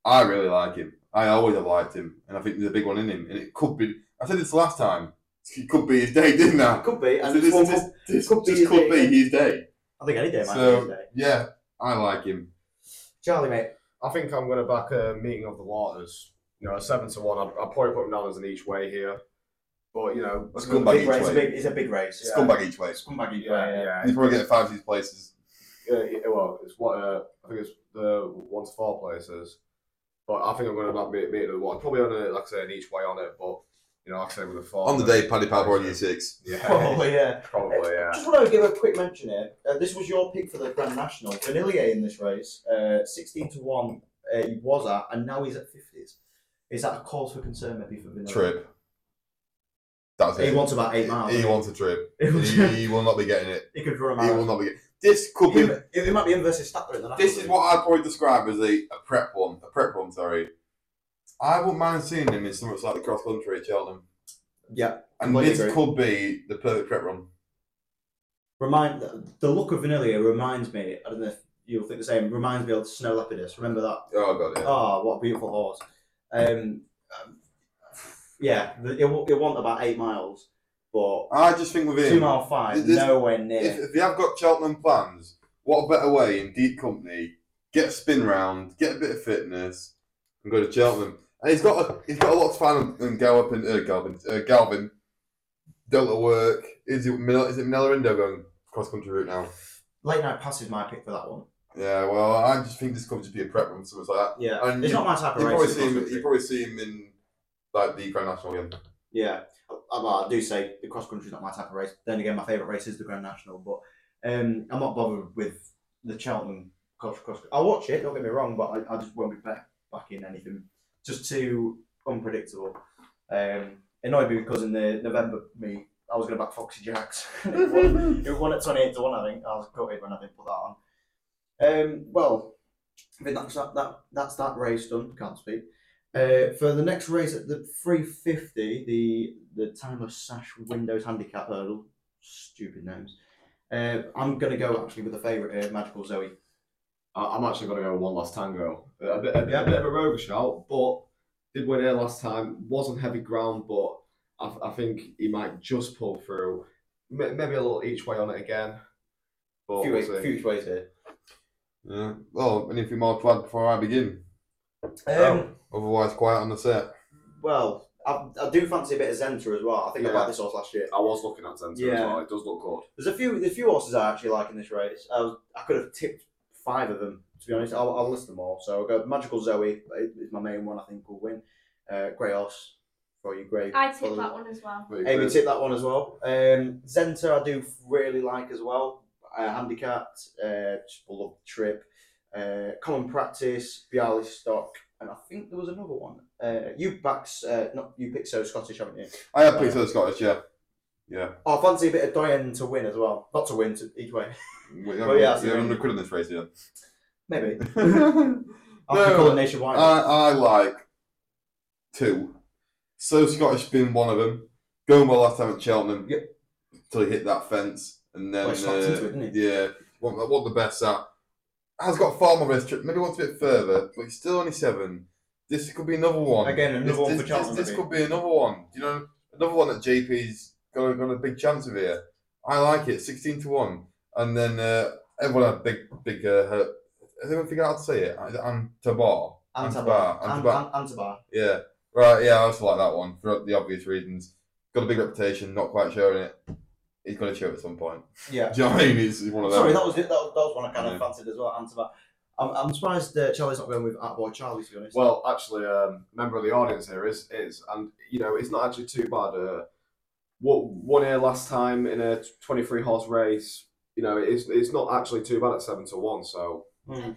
I really like him. I always have liked him, and I think there's a big one in him. And it could be. I said this last time. It could be his day, didn't I? Could be, I and said it's this, one this, more- this could be just his could day. be his day. I think any day might be his So day. yeah, I like him. Charlie, mate. I think I'm going to back a meeting of the waters. You know, a seven to one. I'd, I'd probably put him down as an each way here. But you know, Let's another go back big each race, way. big, it's a big race. Yeah. Scumbag each way. Scumbag, big- Yeah, yeah. He's probably getting five of these places. Yeah, it- well, it's what uh, I think it's the one to four places, but I think I'm going to not meet meet the one. Probably on a like I say an each way on it, but you know like I say with a four On the day, Paddy Power already in six. Yeah, Probably, Oh, yeah. probably yeah. Just want to give a quick mention here. Uh, this was your pick for the Grand National. Vanillier in this race, uh, 16 to 1 uh, he was at, and now he's at 50s. Is that a cause for concern maybe for Vanillier? Trip. That's He it. wants about 8 miles. He wants a trip. He wants- He, he will not be getting it. He could run a He will mile. not be getting. This could be It, it might be in versus Statler in the This is what I'd probably describe as a, a prep one. A prep one, sorry. I wouldn't mind seeing him in something like the cross country at Cheltenham. Yeah. And Completely this agree. could be the perfect prep run. Remind the look of Vanillier reminds me. I don't know if you'll think the same. Reminds me of Snow Leopardess. Remember that Oh god, yeah. Oh, what a beautiful horse. Um, um, yeah, the- he'll, he'll want about eight miles, but I just think with two him, mile five, This- nowhere near. if, if they have got Cheltenham plans, what better way in deep company? Get a spin round, get a bit of fitness, and go to Cheltenham. And he's got a, he's got a lot of fun in Galvin, uh, Galvin, uh, Galvin, Delta work. Is it Mil- is it Manila Indo going cross country route now? Late night pass is my pick for that one. Yeah, well, I just think this could just be a prep run, something like that. Yeah, And it's you- not my type of You probably race. it's see him. cross-country. You probably see him in like the Grand National again. Yeah, I, I- I do say the cross country is not my type of race. Then again, my favourite race is the Grand National, but um, I'm not bothered with the Cheltenham cross cross. I'll watch it. Don't get me wrong, but I, I just won't be back back in anything. Just too unpredictable. Um, annoyed me because in the November me, I was going to back Foxy Jacks. it won it won at twenty eight to one. I think I was gutted when I didn't put that on. Um, well, I think that's that, that that's that race done. Can't speak. Uh, for the next race at the 350, the the timeless sash windows handicap hurdle, stupid names. Uh, I'm gonna go actually with the favourite here, Magical Zoe. I, I'm actually going to go one last tango. A bit, a, bit- Yeah. a bit of a rover shout, but did win here last time. Wasn't heavy ground, but I, I think he might just pull through. M- maybe a little each way on it again. But few, we'll ways, see. few ways here. Yeah. Well, anything more to add before I begin? Um, Otherwise, quiet on the set. well, I, I do fancy a bit of Zenta as well. I think I Yeah. backed this horse last year. I was looking at Zenta as Yeah. well. It does look good. There's a few there's a few horses I actually like in this race. I, was, I could have tipped five of them to be honest. I'll, I'll list them all. So I'll go Magical Zoe is my main one. I think will win. Uh, Grey Horse for you, Grey. I tip followers. that one as well. But uh, Amy it's- tipped that one as well. Um, Zenta, I do really like as well. Uh, handicapped, uh, just love the trip. uh, Common Practice, Bialystock, and I think there was another one. Uh, you backs, uh, not you picked so Scottish, haven't you? I have picked other Scottish, yeah. Yeah. Oh, I fancy a bit of Diane to win as well. Not to win, to each way. We, Well, Oh, yeah, you're so- 100 quid in this race, yeah. Maybe. Uh, I'll No. call it nationwide. I, I like two. So Scottish been one of them. Going well last time at Cheltenham. Yep. Till he hit that fence, and then Well, he snapped into uh, it, didn't yeah, what what the best at. Has got far more risk. Maybe wants a bit further, but he's still only seven. This could be another one. Again, another This- one this, for Cheltenham. This, this maybe. could be another one. You know, another one that JP's got a, got a big chance of here. I like it, sixteen to one. And then uh, everyone had big, big. Uh, hurt. Has anyone figured out how to say it? And Tabar. Antabar. Antabar. Ant- Ant- Antabar. Yeah. Right. Yeah, I also like that one for the obvious reasons. Got a big reputation, not quite showing it. He's going to show it at some point. Yeah. Do you know what I mean? It's one of them. Sorry, that was, it- that was that was one I kind Yeah. of fancied as well. Antabar. I'm, I'm surprised uh, Charlie's not going with Atboy Charlie to be honest. Well, actually, um, member of the audience here is is, and you know, it's not actually too bad. Uh, what one here last time in a twenty-three horse race, you know, it's it's not actually too bad at seven to one. So Hmm.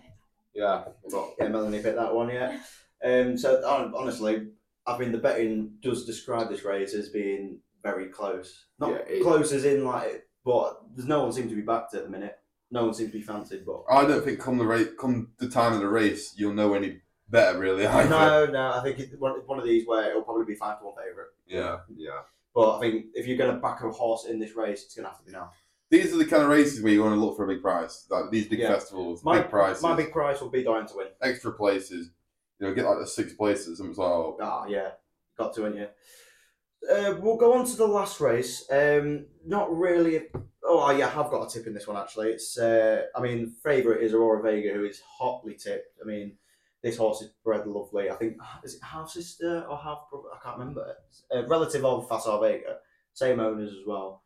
yeah, but Yeah, Melanie picked that one. Yeah. Um, so hon- honestly, I mean, the betting does describe this race as being very close. Not Yeah, it- close as in like, but there's no one seems to be backed at the minute. No one seems to be fancied, but. I don't think come the race, come the time of the race, you'll know any better. Really, either. No, no, I think it's one, it's one of these where it'll probably be five to one favourite. Yeah. yeah, But I think if you're going to back a horse in this race, it's going to have to be now. These are the kind of races where you want to look for a big price. Like these big Yeah. festivals, My, big prices, my big prize will be Diane to win. extra places. You know, get like the six places, and it's like, oh, Ah, yeah, got to, haven't you? Uh, we'll go on to the last race. Um, not really. Oh, yeah, I have got a tip in this one actually. It's, uh, I mean, favourite is Aurora Vega, who is hotly tipped. I mean, this horse is bred lovely. I think is it half sister or half brother? I can't remember. Uh, relative of Fasar Vega, same owners as well.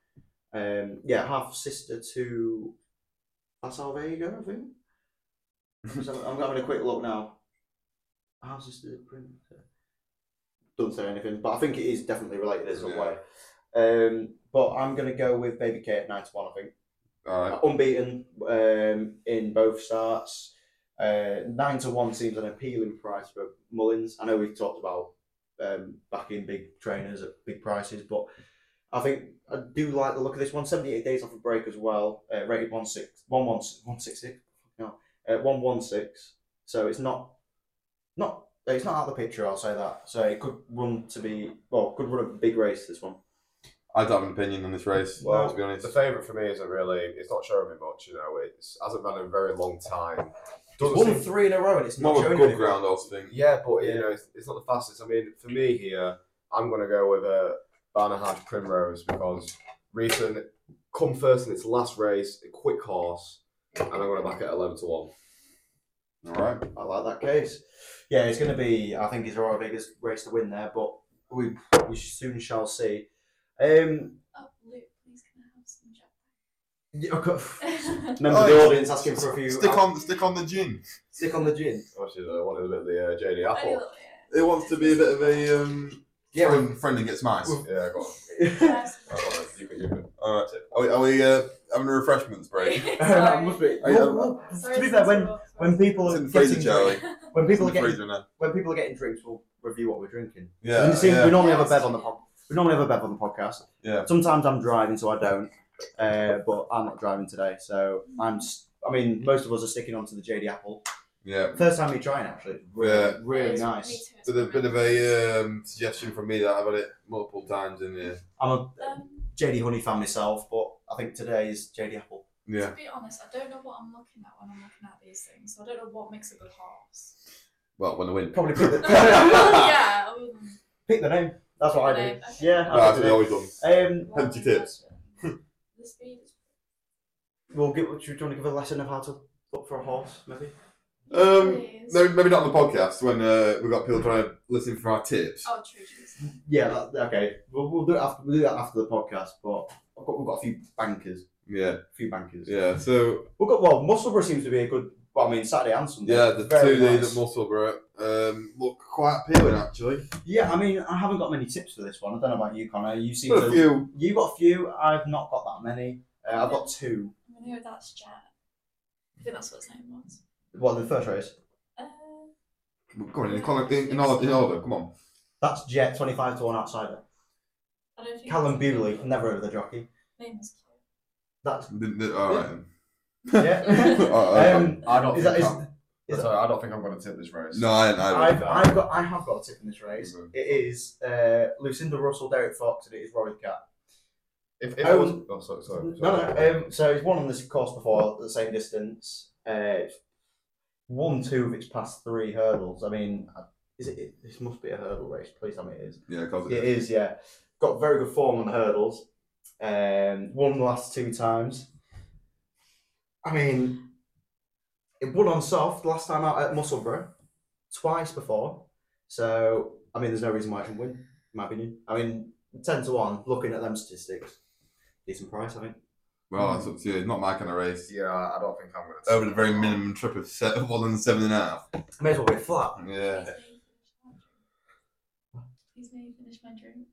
Um, yeah, half sister to Fasar Vega, I think. So I'm having a quick look now. Half sister to Prince doesn't say anything, but I think it is definitely related in some Yeah. way. Um, but I'm going to go with Baby K at 9 to 1, I think. all right. Uh, Unbeaten um, in both starts. Uh, 9 to 1 seems an appealing price for Mullins. I know we've talked about um, backing big trainers at big prices, but I think I do like the look of this one. 78 days off a break as well, uh, rated 116, 116, 166, no, uh, 116. So it's not not it's not out of the picture. I'll say that. So it could run to be well, could run a big race this one. I don't have an opinion on this race. Well, to be honest, the favourite for me isn't really. It's not showing me much. You know, it's hasn't run in a very long time. It's Doesn't won seem- three in a row, and it's not more of a showing good anything. ground horse thing. Yeah, but Yeah. you know, it's, it's not the fastest. I mean, for me here, I'm gonna go with a Barnahad Primrose because recent come first in its last race, a quick horse, and I'm gonna back it at eleven to one. All right. I like that case. Yeah, it's going to be. I think it's our biggest race to win there, but we we soon shall see. Um, Oh, Luke, please can I have some Jack? yeah, I've got- member of Oh, the audience asking for a few. Stick on, stick on the gin. stick on the gin. Actually, I wanted a bit of the uh, JD Apple. It wants to be a bit of a um, Yeah, friend, friend and gets mice. We've- Yeah, go uh, on. Go Sorry. on, You can, you can. All right. Are we, are we uh, having a refreshments break? that must be. I- I- Well, well, Sorry, to be it's fair, not when so rough. when people It's are in the freezer, getting Charlie. drink- when people are It's in the getting freezer now. when people are getting drinks, we'll review what we're drinking. Yeah. we, see- yeah. we normally have a bev on the pod. We normally have a bev on the podcast. Yeah. Sometimes I'm driving, so I don't. Uh, but I'm not driving today, so I'm. s- I mean, most of us are sticking onto the JD Apple. Yeah. First time we try it, actually, it's really, Yeah. really It's- me nice. too, it's Bit of, bit of fine. a um, suggestion from me that I've had it multiple times in here. I'm a Um, JD Honey fan myself, but I think today is JD Apple. Yeah. To be honest, I don't know what I'm looking at when I'm looking at these things. So I don't know what makes a good horse. Well, when I win. Probably pick the, yeah. um, I wouldn't- pick the name. That's what I Pick do. the name, okay. Yeah. No, I that's pick what we the always done. name. Um, Well, Empty tips. The speed is we'll give. Do you want to give a lesson of how to look for a horse? Maybe. Um, Please. Maybe, maybe not on the podcast when uh, we've got people trying to listen for our tips. Oh, true, true. Yeah. That, okay. We'll, we'll do it after. We'll do that after the podcast. But I've got, we've got a few bankers. Yeah. A few bankers. Yeah. So We've got well, Musselburgh seems to be a good. Well, I mean, Saturday and Sunday. Yeah, the Very two days nice. at Musselburgh um, look quite appealing actually. Yeah, I mean, I haven't got many tips for this one. I don't know about you, Connor. You seem Got a to. few. You got a few. I've not got that many. Uh, I've got two. I'm gonna go with that's Jet. I think that's what his name was. What the first race? Uh, Go on, in, colour- in, in, order, in order, come on. That's Jet twenty five to one outsider. I don't think Callum Bewley, never over the jockey. Name is cute. That's The, the, uh, all right. yeah. um, I don't. is Think that is I'm- is- sorry, I don't think I'm going to tip this race. no, I didn't. I I've, didn't. I've got I have got a tip in this race. Mhm. It is uh, Lucinda Russell, Derek Fox, and it is Rory Cat. If, if I I was, wouldn't- oh, sorry, sorry, Um, No, sorry. no. Um, so he's won on this course before at the same distance. Uh, it's won two of its past three hurdles. I mean, I- is it, it? This must be a hurdle race. Please tell me it is. yeah, cause It is, yeah. Got very good form on the hurdles. Um, won the last two times. I mean, it won on soft last time out at Musselburgh, twice before. So, I mean, there's no reason why it should win, in my opinion. I mean, 10 to 1, looking at them statistics, decent price, I think. Well, that's up to you. It's not my kind of race. Yeah, I don't think I'm going to. Over the very minimum trip of se- of one and seven and a half. May as well be flat. Yeah. Please may you finish my drink.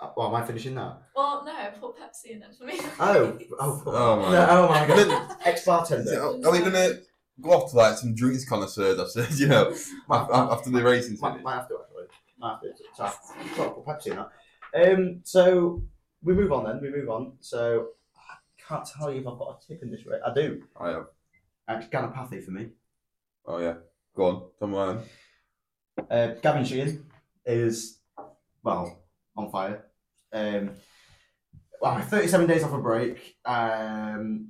Uh, Well, am I finishing that? Well, no, put Pepsi in it for me. Oh, please. oh, Oh my No, God. oh my god. Then- Ex Is it- oh, bartender. Are we going to go off to like some drinks connoisseurs? I've said, you know, af- af- after the racing. Might, might have to actually. Might have to. Sorry. Sorry, put Pepsi in that. Um, so we move on then. We move on. So I can't tell you if I've got a tip in this rate. I do. I have. It's Ganapathy for me. Oh yeah. Go on. Tell me mine. Uh, Gavin Sheehan is well on fire. Um, well, 37 days off a break. Um,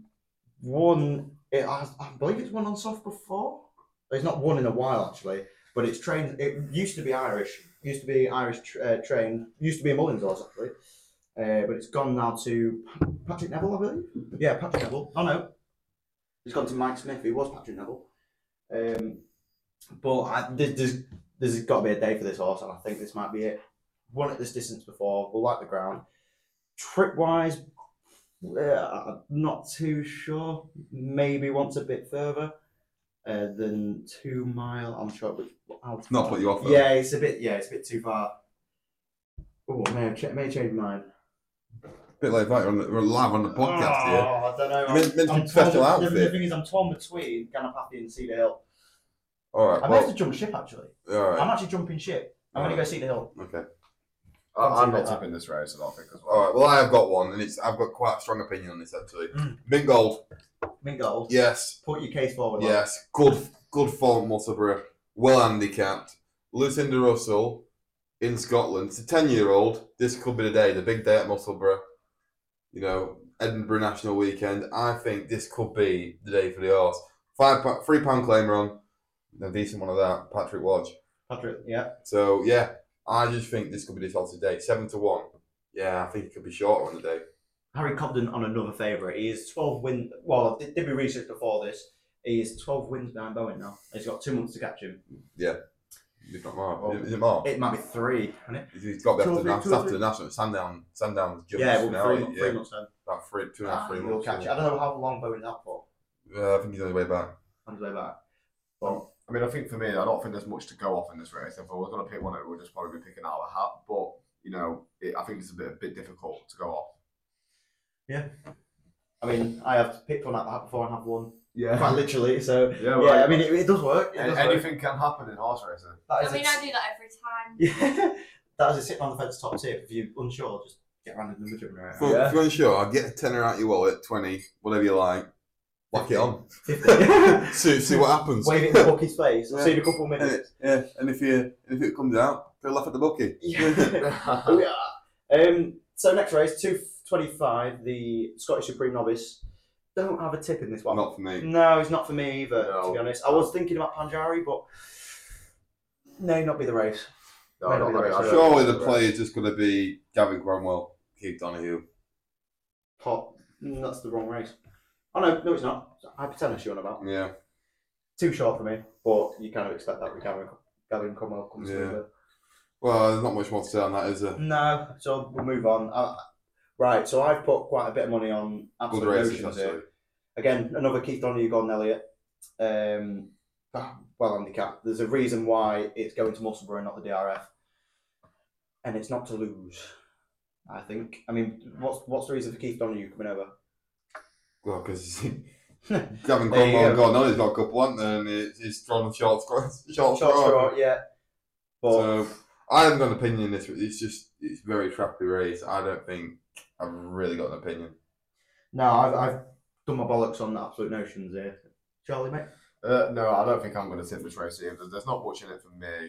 one, it, I, I believe it's won on soft before. It's not won in a while actually, but it's trained. It used to be Irish, used to be Irish tr- uh, trained, used to be a Mullins horse actually, uh, but it's gone now to Patrick Neville, I believe. Yeah, Patrick Neville. Oh no, it's gone to Mike Smith. He was Patrick Neville. Um, but I, there- there's there's got to be a day for this horse, and I think this might be it. Won at this distance before, will like the ground. Trip wise, uh, not too sure. Maybe wants a bit further uh, than two mile. I'm sure, but I'll Not put you off. though. yeah, it's a bit. Yeah, it's a bit too far. Oh, may have ch- may have changed mine. bit like that. We're, on the- we're live on the podcast here. Oh, I don't know. You meant- meant to be torn professional be- outfit. The, the thing is, I'm torn between Ganapathy and Cedar Hill. All I right. may have to Well, jump ship actually. all I'm right. actually jumping ship. I'm going to go Cedar Hill. Okay. I, I'm Something not like tipping this race. I don't think as well. All right. Well, I have got one, and it's I've got quite a strong opinion on this actually. Mm. Big gold. Mint gold. Yes. Put your case forward. lad. Yes. Good. Good form, Musselburgh. Well handicapped. Lucinda Russell in Scotland. It's a ten-year-old. This could be the day. The big day at Musselburgh. You know, Edinburgh National Weekend. I think this could be the day for the horse. Five, pa- three pound claimer on. A decent one of that. Patrick Lodge. Patrick, yeah. So yeah, I just think this could be this odds today. Seven to one. Yeah, I think it could be shorter on the day. Harry Cobden on another favourite. He is 12 wins. Well, I did, did my research before this. He is 12 wins behind Bowen now. He's got two months to catch him. If not more. Is it- is it more? It might be three, isn't it? He's got to Two be or after, three, two or the- after the three. national sundown. Sundown. Jumps yeah, well, finale, three, three months then. about three, two and a half, three He'll months. catch it. I yeah. don't know how long Bowen's out for Yeah, I think he's on his way back. on his way back. I mean, I think for me, I don't think there's much to go off in this race. If I was going to pick one, it would just probably be picking out of a hat. But you know, it, I think it's a bit a bit difficult to go off. I mean, I have picked one out of the hat before and have one. Quite Yeah, literally, so. yeah, Yeah, I right. mean, it, it does work. It An- does work. anything can happen in horse racing. That is I mean, a- I do that every time. Yeah. that is a sitting on the fence top tip. If you're unsure, just get random number driven right If, yeah. if you're unsure, I'll get a tenner out your wallet, twenty, whatever you like. Whack it on. now. see, see what happens. Wave it in the bookie's face. Yeah. See you in a couple of And minutes. it- yeah, and if you if it comes out, go laugh at the bookie. Yeah. Oh, yeah. Um, so next race, 225, the Scottish Supreme Novice. Don't have a tip in this one. Not for me. No, it's not for me either, to No. be honest. I was thinking about Panjari, but no, not be the race. No, I don't think Mm. I- Surely the play is just going to be Gavin Cromwell, Keith Donahue. Pop. Mm, That's the wrong race. Oh, no, no, it's not. Hypertennis you're on about. Yeah. Too short for me, but you kind of expect that with Gavin, Gavin Cromwell comes Yeah. through. there. Well, there's not much more to say on that, is there? No, so we'll move on. Uh, right, so I've put quite a bit of money on Good Absolute races, Notions actually. here. Again, another Keith Donahue, Gordon Elliott. Um, ah, well handicapped. There's a reason why it's going to Musselburgh and not the DRF. And it's not to lose, I think. I mean, what's what's the reason for Keith Donahue coming over? Well, because Gavin There you Cromwell, go. God knows, he's got a couple, hasn't he? And it's, it's drawn short, score- short, short, Short straw, yeah. But So I haven't got an opinion this week. It's just it's very trappy race. I don't think I've really got an opinion. no, I've, I've done my bollocks on the absolute notions here. Charlie, mate. Uh, no, I don't think I'm going to tip this race either. There's not much in it for me.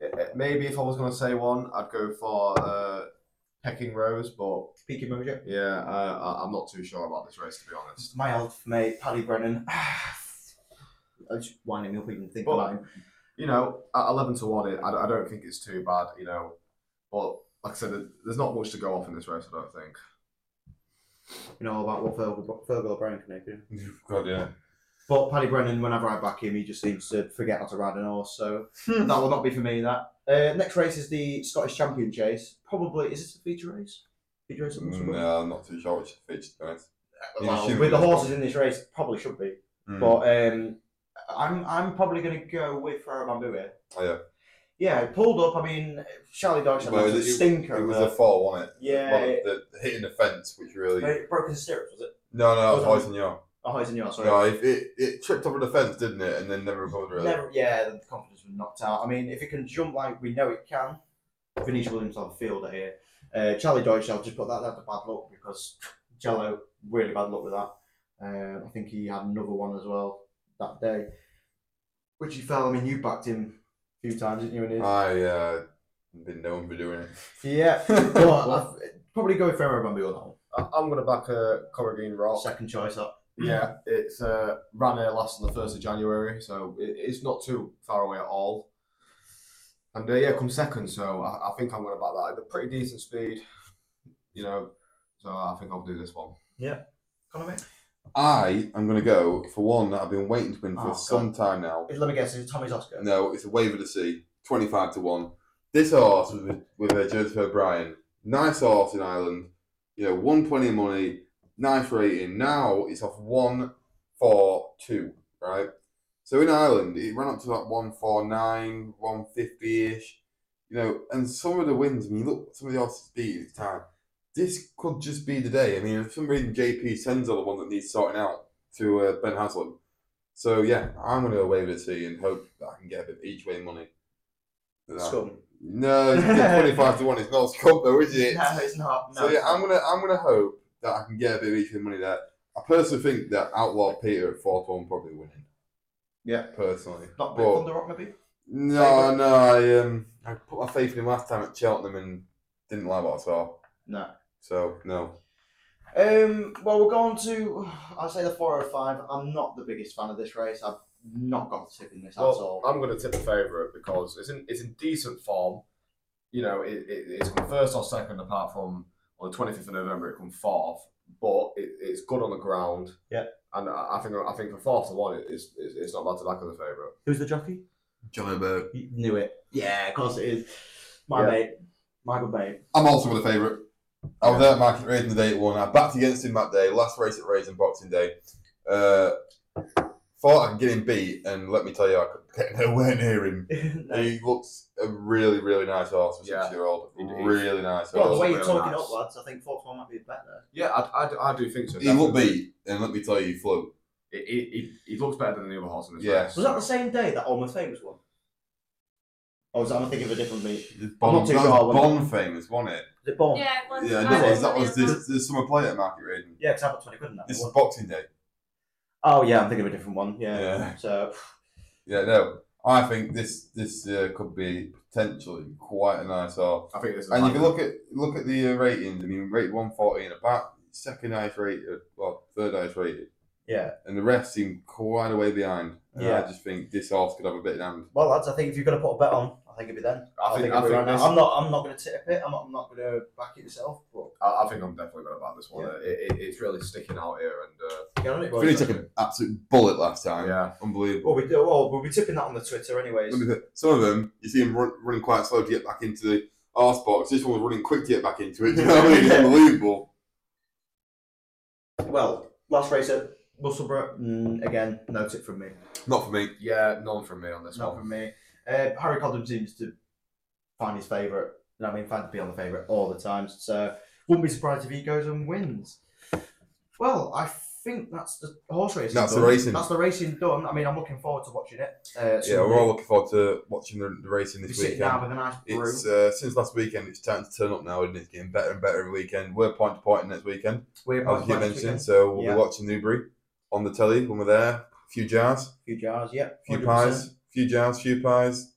It- it- maybe if I was going to say one, I'd go for uh, Pecking Rose, but Peaky Mojo. yeah, uh, I- I'm not too sure about this race to be honest. My elf, mate. Paddy Brennan. I'm just winding me up even thinking But- about him. You know, at 11 to 1, it, I, I don't think it's too bad, you know. But like I said, there- there's not much to go off in this race, I don't think. You know all about what Fergal, Fergal O'Brien can do. God, yeah. But Paddy Brennan, whenever I back him, he just seems to forget how to ride an horse. So that will not be for me. That uh, next race is the Scottish Champion Chase. Probably is this a feature race? Feature race? at Musselburgh? No, I'm not too sure which feature to be honest. You Well, Mm, should with the be. horses in this race, probably should be. Mm. But um, I'm I'm probably going to go with Farabambu here. Oh, yeah. Yeah, it pulled up. I mean, Charlie Dodge had Well, a it- stinker. It was but a fall, wasn't it? Yeah, One of the, hitting the fence, which really. it broke his stirrups, was it? No, no, was it on- was Hoisin Oh, he's in yours. Sorry. No, it, it, it tripped over the fence, didn't it? And then never recovered, really. Never, yeah, the confidence was knocked out. I mean, if it can jump like we know it can, Venetia Williams will have a fielder here. Uh, Charlie Deutsch, I'll just put that down to bad luck because Jello, really bad luck with that. Uh, I think he had another one as well that day, which he fell. I mean, you backed him a few times, didn't you? In his? I uh, been known for doing it. yeah, but I've, probably go with Ferro Bambi on that one. I, I'm going to back uh, Corrigan Rock. Second choice up. Yeah, it's uh, ran here last on the 1st of January, so it, it's not too far away at all. And uh, yeah, come second, so I, I think I'm going to back that. It's a pretty decent speed, you know, so I think I'll do this one. Conor, mate? I am going to go for one that I've been waiting to win Oh, for God. some time now. Let me guess, it's Tommy's Oscar. No, it's a wave of the sea. Twenty-five to one. This horse was with, with uh, Joseph O'Brien. Nice horse in Ireland. You know, one twenty money. Nice rating. Now it's off one four two. Right. So in Ireland, it ran up to like 149, 150 ish. You know, and some of the wins. I mean, look, at some of the horses beat at the time. This could just be the day. I mean, for some reason, JP sends all the one that needs sorting out to uh, Ben Haslam. So yeah, I'm gonna go wave it to you and hope that I can get a bit of each way money. No, Scum. no it's twenty-five to one. It's not scum though, is it? No, it's not. No, so yeah, it's I'm not. gonna I'm gonna hope that I can get a bit of each way money there. I personally think that Outlaw Peter at four to one probably winning. Yeah. personally. Not Big But- Thunder Rock, maybe? no, no, I um I put my faith in him last time at Cheltenham and didn't like what I saw. No. So no. Um, well, we'll go on to, I'll say the 405. I'm not the biggest fan of this race. I've not got a tip in this at Well, uh, all. I'm going to tip the favourite because it's in, it's in decent form. You know, it, it, it's come first or second apart from on the 25th of November, it come fourth, but it, it's good on the ground. Yeah. And I, I think I think for fourth to one, it, it's, it's it's not bad to back as a favourite. Who's the jockey? Johnny Berg. You knew it. Yeah, of course it is. My Yeah. mate. Michael Bay. I'm also with a favourite. I was out at Market Raising the day it won. I backed against him that day, last race at Raising Boxing Day. Uh, thought I could get him beat, and let me tell you, I could get nowhere near him. no. He looks a really, really nice horse for Yeah. six year old. He- he- Really nice Well, the horse. way you're Really talking nice. up, lads, I think 4 1 might be better. Yeah, I, I, I do think so. He looked definitely. beat, and let me tell you, he flew. It, it, it, it looks better than the other horse in this Yeah. race. Was that the same day that Almost Famous one? Or was that, I'm thinking of a different meet? Was Bon, not too that sure, was wasn't Bon famous, wasn't it? it Bourne? Yeah, it was. Yeah, I no, that was, was that was really this, this summer play at Market Raising. Yeah, because I put 20 quid in that. This is one. Boxing Day. Oh, yeah, I'm thinking of a different one. Yeah. Yeah. So, Yeah, no. I think this this uh, could be potentially quite a nice horse. I think this is And like- if you look at look at the uh, ratings, I mean, rate one forty and about second highest rated, well, third highest rated, yeah. and the rest seem quite a way behind. And Yeah. I just think this horse could have a bit in hand. Well, lads, I think if you're going to put a bet on, I think it'd be then. I think, I it'd be think, right now. this- I'm not. I'm not going to tip it. I'm not, I'm not going to back it yourself. But I, I think I'm definitely going to back this one. Yeah. It, it, it's really sticking out here, and uh, get on it, Finley boys. took an absolute bullet last time. yeah, Unbelievable. Well, we do. Well, we'll be tipping that on the Twitter, anyways. Let me put- Some of them, you see him run, running quite slow to get back into the arse box. This one was running quick to get back into it. You know what I mean? It's unbelievable. Well, last race at Musselburgh mm, again. No tip from me. Not for me. yeah, none from me on this Not one. from me. Uh, Harry Cobden seems to find his favourite. You know what I mean? Find to be on the favourite all the time. So wouldn't be surprised if he goes and wins. Well, I think that's the horse racing. That's the done. racing. That's the racing done. I mean, I'm looking forward to watching it. Uh, Yeah, we're all looking forward to watching the, the racing be this sitting down weekend. with a nice brew. It's uh, since last weekend, it's starting to turn up now, and it's getting better and better every weekend. We're point to point next weekend, We're as you about mentioned. to So we'll Yeah. be watching Newbury on the telly when we're there. A few jars, a few jars. Yep. few 100%. pies, few jars, few pies.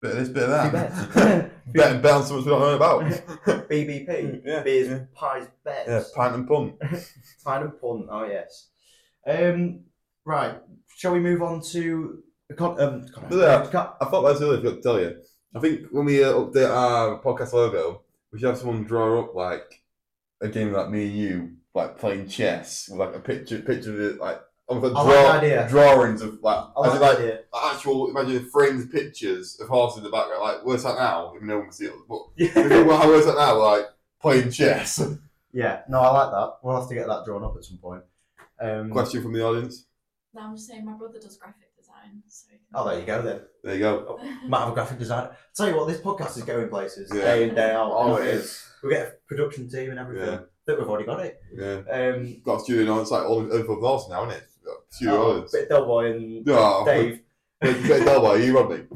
Bit of this, bit of Few that. Bet bets. and bet on something we don't know about. BBP. yeah, Beers, yeah. pies, bets. Yeah, pint and punt. Fine and punt. Oh yes. Um, right. Shall we move on to the con- um, con- Yeah. con- I thought that was really good to tell you. I think when we uh, update our podcast logo, we should have someone draw up like a game like me and you, like playing chess with like a picture, picture of it, like almost I like like draw, the idea. drawings of like, I like as in, the like, idea. actual imagine framed pictures of horses in the background. Like where's that now? Even no one can see it, but if Yeah. you- well, where's that now? Like playing chess. Mm. yeah. No, I like that. We'll have to get that drawn up at some point. Um, Question from the audience. No, I'm just saying my brother does graphic design, so. he can- Oh, there you go then. There you go. Might have a graphic designer. Tell you what, this podcast is going places Yeah. day in day out. Oh, it is. We get a production team and everything. Yeah. Think we've already got it. Yeah, Um, got a studio. now, It's like all the other horses now, isn't it? Got Studio oh, audience. bit Delboy and Oh, Dave. Bit, bit Delboy, are you Rodney?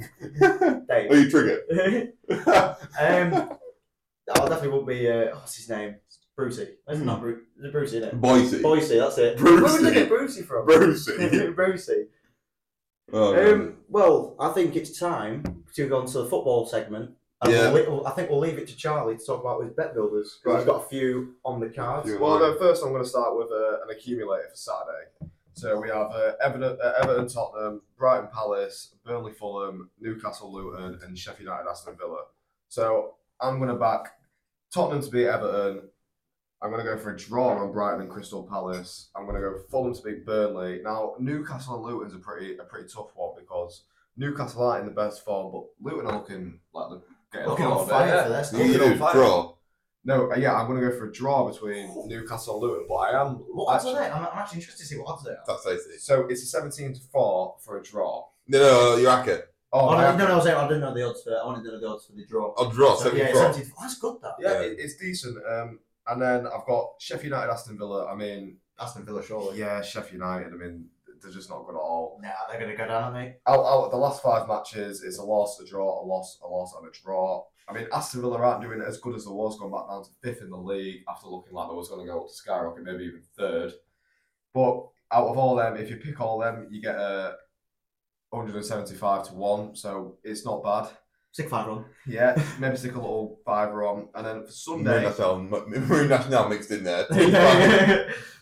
Are Dave. Oh, you Trigger? um, I definitely won't be. Uh, what's his name? Brucey. That's not Bru- is it Brucey. Isn't it? Boise. Boise, that's it. Brucey. Where did I get Brucey from? Brucey. Brucey. Oh, no. Um, well, I think it's time to go on to the football segment. And Yeah. we'll, I think we'll leave it to Charlie to talk about his bet builders. 'cause Right. He's got a few on the cards. Few. Well, no, first I'm going to start with uh, an accumulator for Saturday. So we have uh, Everton, uh, Everton, Tottenham, Brighton Palace, Burnley, Fulham, Newcastle, Luton, and Sheffield United, Aston Villa. So I'm going to back Tottenham to beat Everton. I'm going to go for a draw on Brighton and Crystal Palace. I'm going to go Fulham to beat Burnley. Now Newcastle and Luton's a pretty a pretty tough one because Newcastle aren't in the best form, but Luton are looking like they're getting Looking a on little bit. fire Yeah. for this. you you do don't fight. draw. No, uh, yeah, I'm going to go for a draw between Oh. Newcastle and Luton, but I am. What odds are actually- they? I'm, I'm actually interested to see what odds they are. That's AC. So it's a 17 to 4 for a draw. No, no, you're hacker. Oh, I no, am- no, no, I, was saying, I didn't know the odds for. I wanted to know the odds for the draw. I'll draw. So, yeah, 74. 70 That's good. That. Oh, Yeah, Yeah. It, it's decent. Um, and then I've got Sheffield United, Aston Villa. I mean, Aston Villa, surely. yeah, Sheffield United. I mean, they're just not good at all. Nah, they're gonna go down, aren't Out, out the last five matches, it's a loss, a draw, a loss, a loss, and a draw. I mean, Aston Villa aren't doing it as good as they was going back down to fifth in the league after looking like they was going to go up to skyrocket, maybe even third. But out of all them, if you pick all them, you get a 175 to one, so it's not bad. they? Six five run. Yeah, maybe stick a little fiver on, and then for Marine Sunday, National, Marine National mixed in there.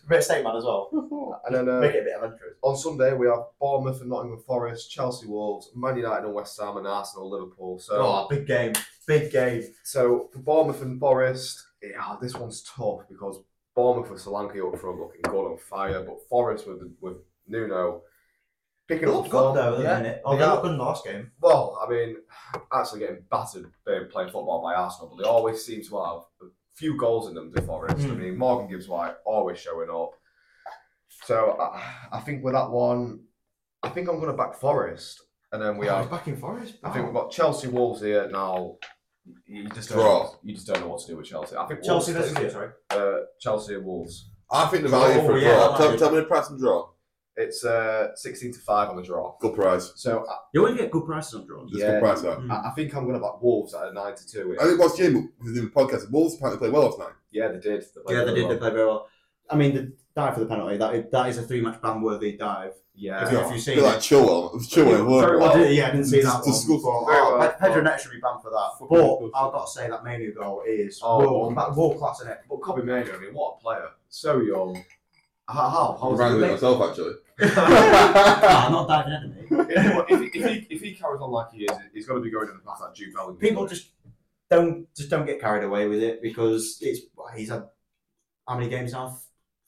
Bit of state man as well. and then Make uh, it a bit adventurous. on Sunday we have Bournemouth and Nottingham Forest, Chelsea, Wolves, Man United and West Ham, and Arsenal, Liverpool. So, Oh, big game. Big game. so for Bournemouth and Forest, yeah, this one's tough because Bournemouth with Solanke up front looking good on fire, but Forest with with Nuno picking They up look form. good though, at the Yeah, minute. Oh, they they are. look good in the last game. Well, I mean, actually getting battered being playing football by Arsenal, but they always seem to have a few goals in them to Forest. I Hmm. mean, Morgan Gibbs White always showing up. So I, I think with that one, I think I'm going to back Forest, and then we Oh, have. he's back in Forest. I think we've got Chelsea Wolves here now. You just don't Draw. you just don't know what to do with Chelsea. I think Chelsea Wolves, versus you, sorry. uh, Chelsea and Wolves. I think the value Oh, for a yeah, draw. that might tell, be- tell me the price and draw. It's uh, sixteen to five on the draw. Good price. So You always get good prices on draws. Just Yeah. good price there. Mm. I, I think I'm going to back Wolves at a nine to two. Oh. I think what's Jim was in the podcast. Wolves apparently played well last night. Yeah, they did. played Yeah, they really did. well. They played very well. I mean, the dive for the penalty, that is, that is a three match ban worthy dive. Yeah. If you- if you've seen Bit like it. Chilwell. It was Chilwell. Yeah, very weren't well, it? did- yeah, I didn't see Just- that just one. good for- Very Oh, well. Pe- Pedro Neto should be banned for that. Fucking good. But I've got to say that Manu goal is Oh, world, that world class in it. But Kobe Maino, I mean, what a player. So young. How? how, I how was is wrangling he- it myself actually. Nah, not diving at me. if, he, if, he, if he carries on like he is, he's got to be going in the path like Jude Bellingham. People just don't just don't get carried away with it because it's he's had how many games now?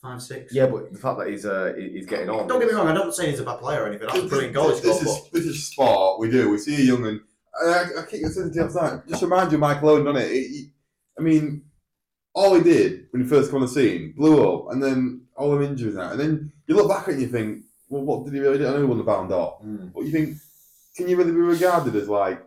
Five, six. Yeah, but the fact that he's uh, he- he's getting on. Don't get me wrong. I don't say he's a bad player or anything. That's a brilliant goal he This scored. is this is sport. We do. We see a young and I, I keep saying the other night. Just remind you, of Michael Owen, doesn't it? It- it- I mean, all he did when he first came on the scene blew up, and then all them injuries now, and then you look back and you think, well, what did he really do? I know he won the Ballon d'Or, Mm. but you think, can you really be regarded as like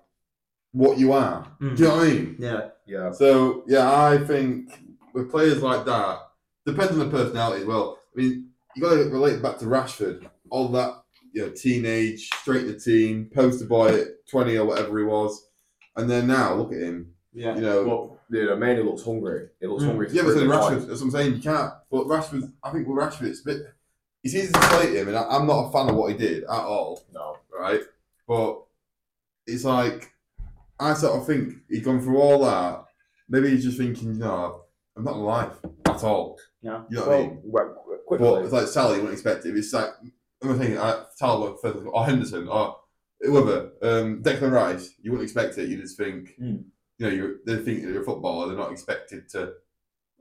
what you are? Do you know what I mean? but- Yeah. Yeah. So yeah, I think with players like that, depends on the personality as well. I mean, you got to relate it back to Rashford. All that you know, teenage, straight to teen, poster boy at twenty or whatever he was, and then now look at him. Yeah. You know, Well, you know, Mane looks hungry. He looks Mm. hungry. yeah, but for then the Rashford. fight. That's what I'm saying. You can't. But Rashford, I think with Rashford, it's a bit. It's easy to slate him, and I, I'm not a fan of what he did at all. No. right? But it's like I sort of think he's gone through all that. Maybe he's just thinking, you know, I'm not alive at all. No. You know what I Well, mean? well, quickly. But it's like Sally wouldn't expect it. It's like I'm thinking uh, Talbot or Henderson or whoever, um, Declan Rice. You wouldn't expect it. You just think, Mm. you know, you they think they're a footballer. They're not expected to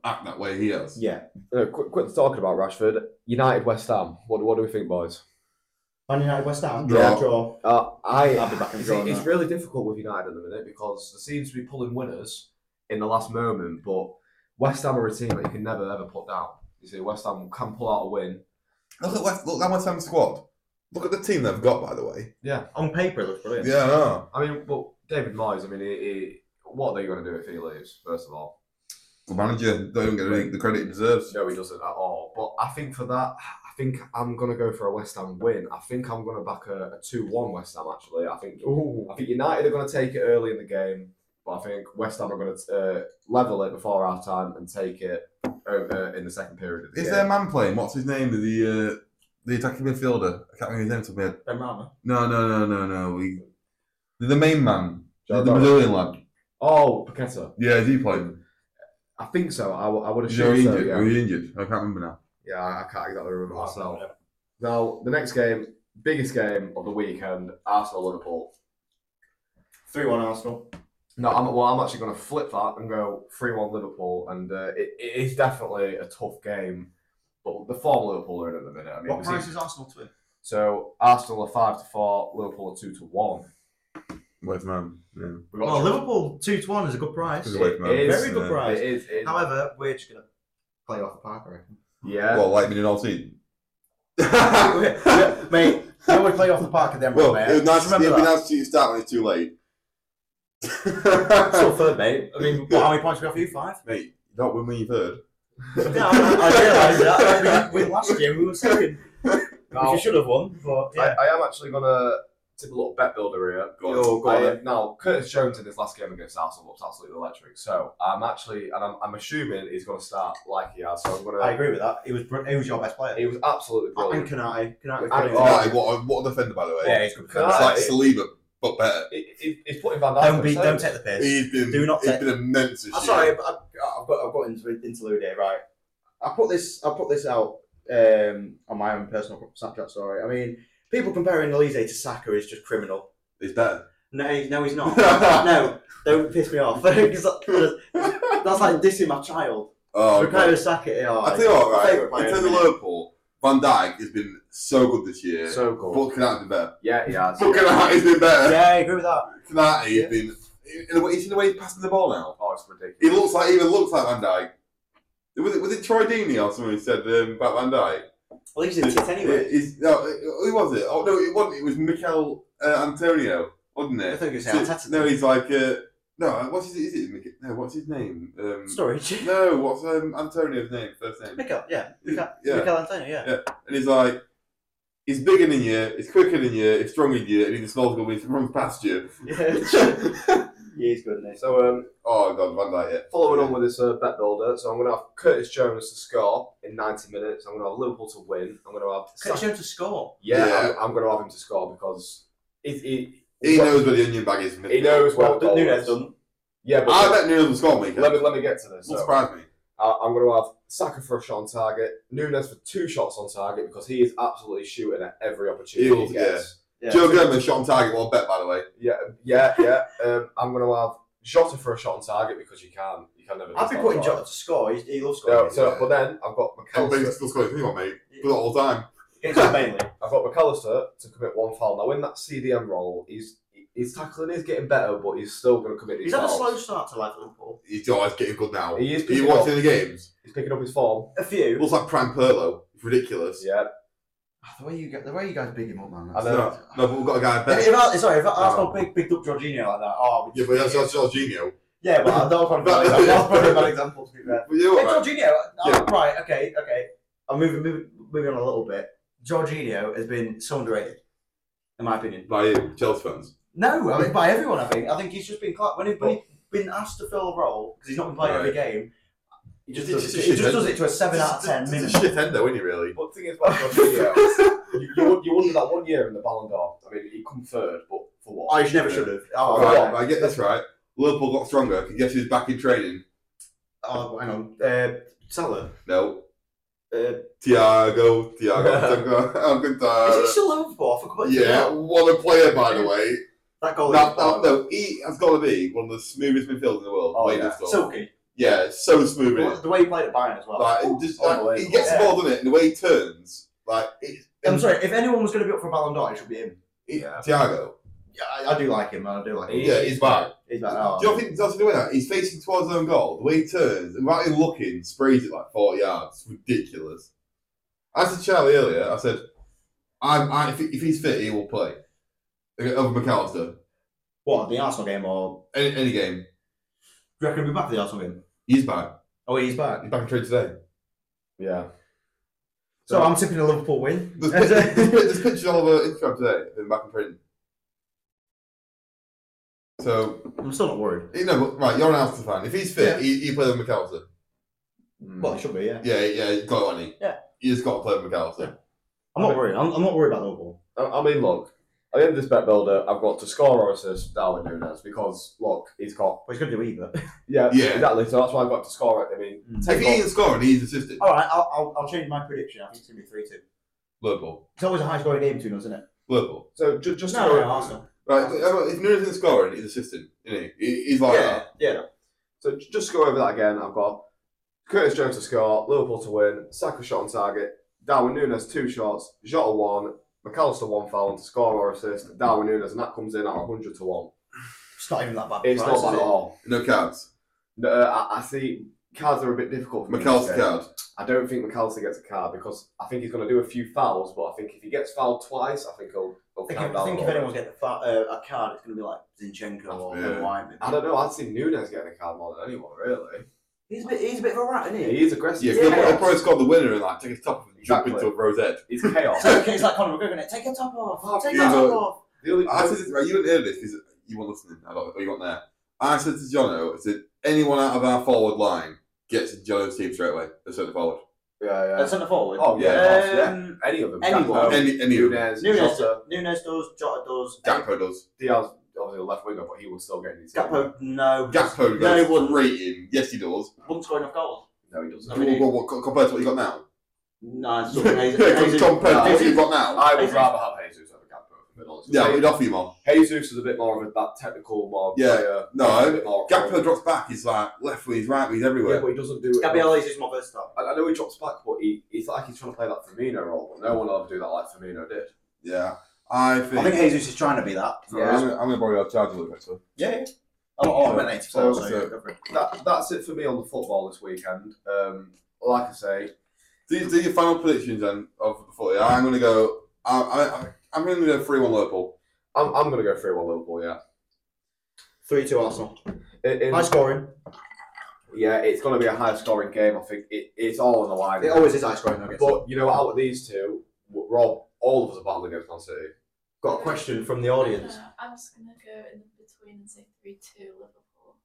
act that way. He has. Yeah. No, quick, quick talking about Rashford. United West Ham. What, what do we think, boys? Man United West Ham. Draw. Draw. Draw. Uh, I I'll be back in it's, drawing it's that. really difficult with United at the minute because they seem to be pulling winners in the last moment, but West Ham are a team that you can never ever put down. You see, West Ham can pull out a win. Look at West, look at West Ham squad. Look at the team they've got, by the way. On paper, it looks brilliant. Yeah, I know. I mean, well, David Moyes. I mean, he, he, what are they going to do if he leaves? First of all, The manager they don't get any- the credit he deserves. no, he doesn't at all. But I think for that, I think I'm going to go for a West Ham win. I think I'm going to back a, a two-one West Ham. Actually, I think I Ooh. think United are going to take it early in the game, but I think West Ham are going to uh, level it before half time and take it over in the second period of the Is game. there a man playing? What's his name? The uh, the attacking midfielder. I can't remember his name. off the top of my head. Ben Rama. No, no, no, no, no. We, the, the main man, the, Joe the Gomez. Brazilian lad. Oh, Paqueta. Yeah, is he playing? I think so. I, w- I would Is he injured? assume so. Or Yeah. he injured? I can't remember now. yeah, I can't exactly remember myself. Now, the next game, biggest game of the weekend, Arsenal Liverpool. 3 1 Arsenal. No, I'm, well, I'm actually going to flip that and go 3 1 Liverpool, and uh, it, it is definitely a tough game. But the form Liverpool are in at the minute. I mean, What we price see- is Arsenal to win? So Arsenal are five to four, Liverpool are two to one. West Man. Yeah. We've Well, Oh, Liverpool 2 to 1 is a good price. It's a West Man. It is, Very good yeah. price. It is, it is. However, we're just going to play off the park, I reckon. yeah. Well, like we did all season. Yeah, Mate, we always play off the park and then well, we're it was nice, it'd Remember be that. nice to see you start when it's too late. Still third, mate. I mean, what, how many points we have for you? Five? Mate, you don't win when you're third. Yeah, I, I realised that. We, we, last year we were second. Now, should have won, but I, I am actually gonna tip a little bet builder here. Go on. Yo, Go on I- then. now, Curtis Jones in his last game against Arsenal looks absolutely electric. So I'm actually, and I'm, I'm assuming he's gonna start like he has. So I'm I gonna. agree with that. He was br- he was your best player. He was absolutely And brilliant. Kanate. Kanate was And- brilliant. oh, United, what, a, what a defender, by the way. yeah, he's good. Can It's I- like Saliba, but better. He- he- He's putting Van Dijk. on Don't his beat. Don't toes. take the piss. He's been, Do not he's take- been immense this I'm year. sorry, but I've, I've got I've got into interlude here, right? I put this I put this out um, on my own personal Snapchat story. I mean, people comparing Elise to Saka is just criminal. He's better. No, he- no, he's not. no, don't piss me off. 'Cause that- that's like dissing my child. Oh, God. Bukayo Saka, yeah, I tell you what, my favourite right? player In at terms the of minute. Liverpool, Van Dijk has been so good this year. So So good. but Kanati been better. Yeah, he has. But Kanati has been better. Yeah, I agree with that. Kanati Yeah. has been. In the way, he's in the way he's passing the ball now. Oh, it's ridiculous. He looks like he even looks like Van Dijk. Was it, was it Troy Deeney or someone who said um, about Van Dijk? Well, he's in tit anyway. It- it's- no, it- who was it? Oh no, it wasn't. It was Mikel uh, Antonio, wasn't I it? think it's So- Arteta. no, he's like uh, no. What's his? Is it Mikel? No, what's his name? Um, Storage. no, what's um, Antonio's name? First name. Mikel, yeah. Mikel, Yeah. Mikel Antonio, yeah. and he's like, he's bigger than you, he's quicker than you, he's stronger than you, and he just smells good when he runs past you. yeah. He's good, isn't So um, Oh god, Van Dijk, yeah. Following on with this uh, bet builder, so I'm going to have Curtis Jones to score in 90 minutes. I'm going to have Liverpool to win. I'm going to have Catch Saka- him to score. Yeah, Yeah. I'm, I'm going to have him to score because he, he, He knows where the onion bag is. he knows well. Well, Nunes always. done. Yeah, but I bet Nunes will score me. let Won't me let me get to this. So, surprise me. I- I'm going to have Saka for a shot on target, Nunes for two shots on target because he is absolutely shooting at every opportunity He he, is, gets. Yeah. Joe Gomez shot on target, well bet by the way. Yeah, yeah, yeah. um, I'm going to have Jota for a shot on target because you can you can never. I've been miss putting that Jota shot. to score. He, he loves No, scoring. so, but then I've got Everybody's McAllister. still scoring for you, mate. For the whole time. Against Burnley. I've got McAllister to commit one foul. Now, in that CDM role, he's his tackling is getting better, but he's still going to commit these He's had a fouls. slow start to life at Liverpool. He's always getting good now. He Are is you picking up. watching the games? He's picking up his form. A He few. looks like Prime Perlo. It's ridiculous. Yeah. Ah, The way you get, the way you guys big him up, man. I know. No, no, but we've got a guy If, better. if, Ar- sorry, if Arsenal big picked up Jorginho like that, oh, Yeah, but that's, that's Jorginho. yeah, but that was probably a bad example. That was probably a bad example to be fair. But you know Hey, what, right? Jorginho, oh, Yeah. right, okay, okay. I'm moving, moving moving on a little bit. Jorginho has been so underrated, in my opinion. By Chelsea fans. No, I mean by everyone. I think I think he's just been cla- when, he, when he's been asked to fill a role because he's not been playing every game. He just, It's does, a it, shit, he just isn't does it to a seven out of ten It's minutes. a shit ender, isn't he, really? But the thing is, about Jorginho, you, you, you won that one year in the Ballon d'Or. I mean, he come third, but for what? I just never should have. Oh, right, right. I get this right. Liverpool got stronger. Can you guess who's back in training? oh, hang on. Uh, Salah. No. Uh, is Thiago, Thiago, he Alcantara. still Liverpool? I forgot. Yeah, what a player, by the way. that goal. No, no, no, he has got to be one of the smoothest midfielders in the world. Oh, Wayne yeah. Bristol. Silky. yeah, so smooth. isn't it? The way he played at Bayern as well. Like, it just, like, he unbelievable. gets the ball, doesn't it? And the way he turns, like, it, I'm sorry. If anyone was going to be up for a Ballon d'Or, it should be him. Yeah. Thiago. Yeah, I, I do like him. Man. I do like him. Yeah, he's back. He's like, oh, Do you not think Dawson doing that? He's facing towards his own goal. The way he turns, and without even looking, sprays it like 40 yards. It's ridiculous. I said Charlie earlier, I said, I, I, if, he- if he's fit, he will play. Against- Over McAllister. what the Arsenal game or Any, any game. do you reckon he'll be back for the Arsenal game? He's back. Oh, he's back. He's back in trade today. Yeah. So I'm tipping a Liverpool win. There's, pic- there's, pic- there's pictures all over Instagram today of him back in training. So, I'm still not worried. you know, but, right, you're an Alster fan. If he's fit, Yeah. he, he plays over McAllister. Mm. Well, it should be. Yeah. Yeah, yeah, he's got it, hasn't he? Yeah. You just got to play with McAllister. I'm not worried. I'm, I'm not worried about Liverpool. I, I mean, look, at the end of this bet builder, I've got to score or assist Darwin Nunes because, look, he's got. But he's going to do either. Yeah, Yeah. exactly. So that's why I've got to score it. I mean, Mm. take if he off- ain't scoring, he's assisted. All right, I'll, I'll, I'll change my prediction. I think it's going to be three two. Liverpool. It's always a high scoring game between us, isn't it? Liverpool. so ju- just No, to no, go, no, Arsenal. Right, so, uh, if Nunes isn't scoring, he's assisting. Isn't he? He- He's like Yeah. that. Yeah. No. so ju- just to go over that again. I've got Curtis Jones to score, Liverpool to win, Saka shot on target, Darwin Nunes two shots, Jota one, McAllister one foul to score or assist, Darwin Nunes, and that comes in at hundred to one. It's not even that bad. It's price, not bad is at it? all. No cards. No, I, I see cards are a bit difficult. For me McAllister to say. card. I don't think McAllister gets a card because I think he's going to do a few fouls, but I think if he gets fouled twice, I think he'll, he'll I think, count if, I down. think a if little anyone's bit. getting a, fa- uh, a card, it's going to be like Zinchenko or Yeah. Ben White. I don't know. I'd see Nunes getting a card more than anyone, really. He's a bit. He's a bit of a rat, isn't he? He is aggressive. Yeah, He's Yeah. He'll, he'll chaos. probably score the winner and like take his top and jump Exactly. into a rose edge. He's chaos. So, okay, it's like Conor McGregor. Isn't it? Take your top off. Take your Yeah. top off. The only- I said, this- right, you didn't hear this because you weren't listening. I don't, or you weren't there. I said to Jono, I said, anyone out of our forward line gets in Jono's team straight away. They sent the forward. yeah, yeah. Uh, centre forward. Oh, yeah, of course, yeah. Um, any of them. Anyone. Gakpo, Any, any of them. Nunes, Nunes, Jota, Nunes does. Jota does. Gakpo does. Diaz, obviously a left winger, but he would still get in his team. Gakpo. No. Gakpo No, he does. wouldn't. Rating. Yes, he does. Wouldn't score enough goals. No, he doesn't. I mean, Well, well, well, compared to what you got now. No, it's something compared amazing. to what you've got now. I would Jesus. rather have Jesus over Gakpo. if I'm honest. Yeah, we'd offer you more. Jesus is a bit more of a, that technical, more Yeah. player. No, a bit more Gakpo drops back. He's like left wing, he's right wing, he's Yeah, everywhere. but he doesn't do it. Gabrielle's is more versatile. I, I know he drops back, but he, he's like he's trying to play that Firmino role, but no one will ever do that like Firmino did. Yeah, I think. I think Jesus is trying to be that. Sorry, I'm, gonna- I'm gonna borrow your charger, Luke. Actually, Yeah. yeah. I'm not on minute So- so, so- yeah, go for it. That, that's it for me on the football this weekend. Um, like I say, do, you- do your final predictions then of the footy. I'm gonna go. I, I, I- I'm gonna go three-one Liverpool. I'm, I'm going to go 3 1 Liverpool, yeah. Three two Arsenal. It, it- High scoring. yeah, it's going to be a high scoring game. I think it, it's all on the line. It always is high scoring. I guess. But you know, out of these two, Rob, all of us are battling against Man City. Got a question from the audience. Uh, I was gonna go in between and say three two Liverpool.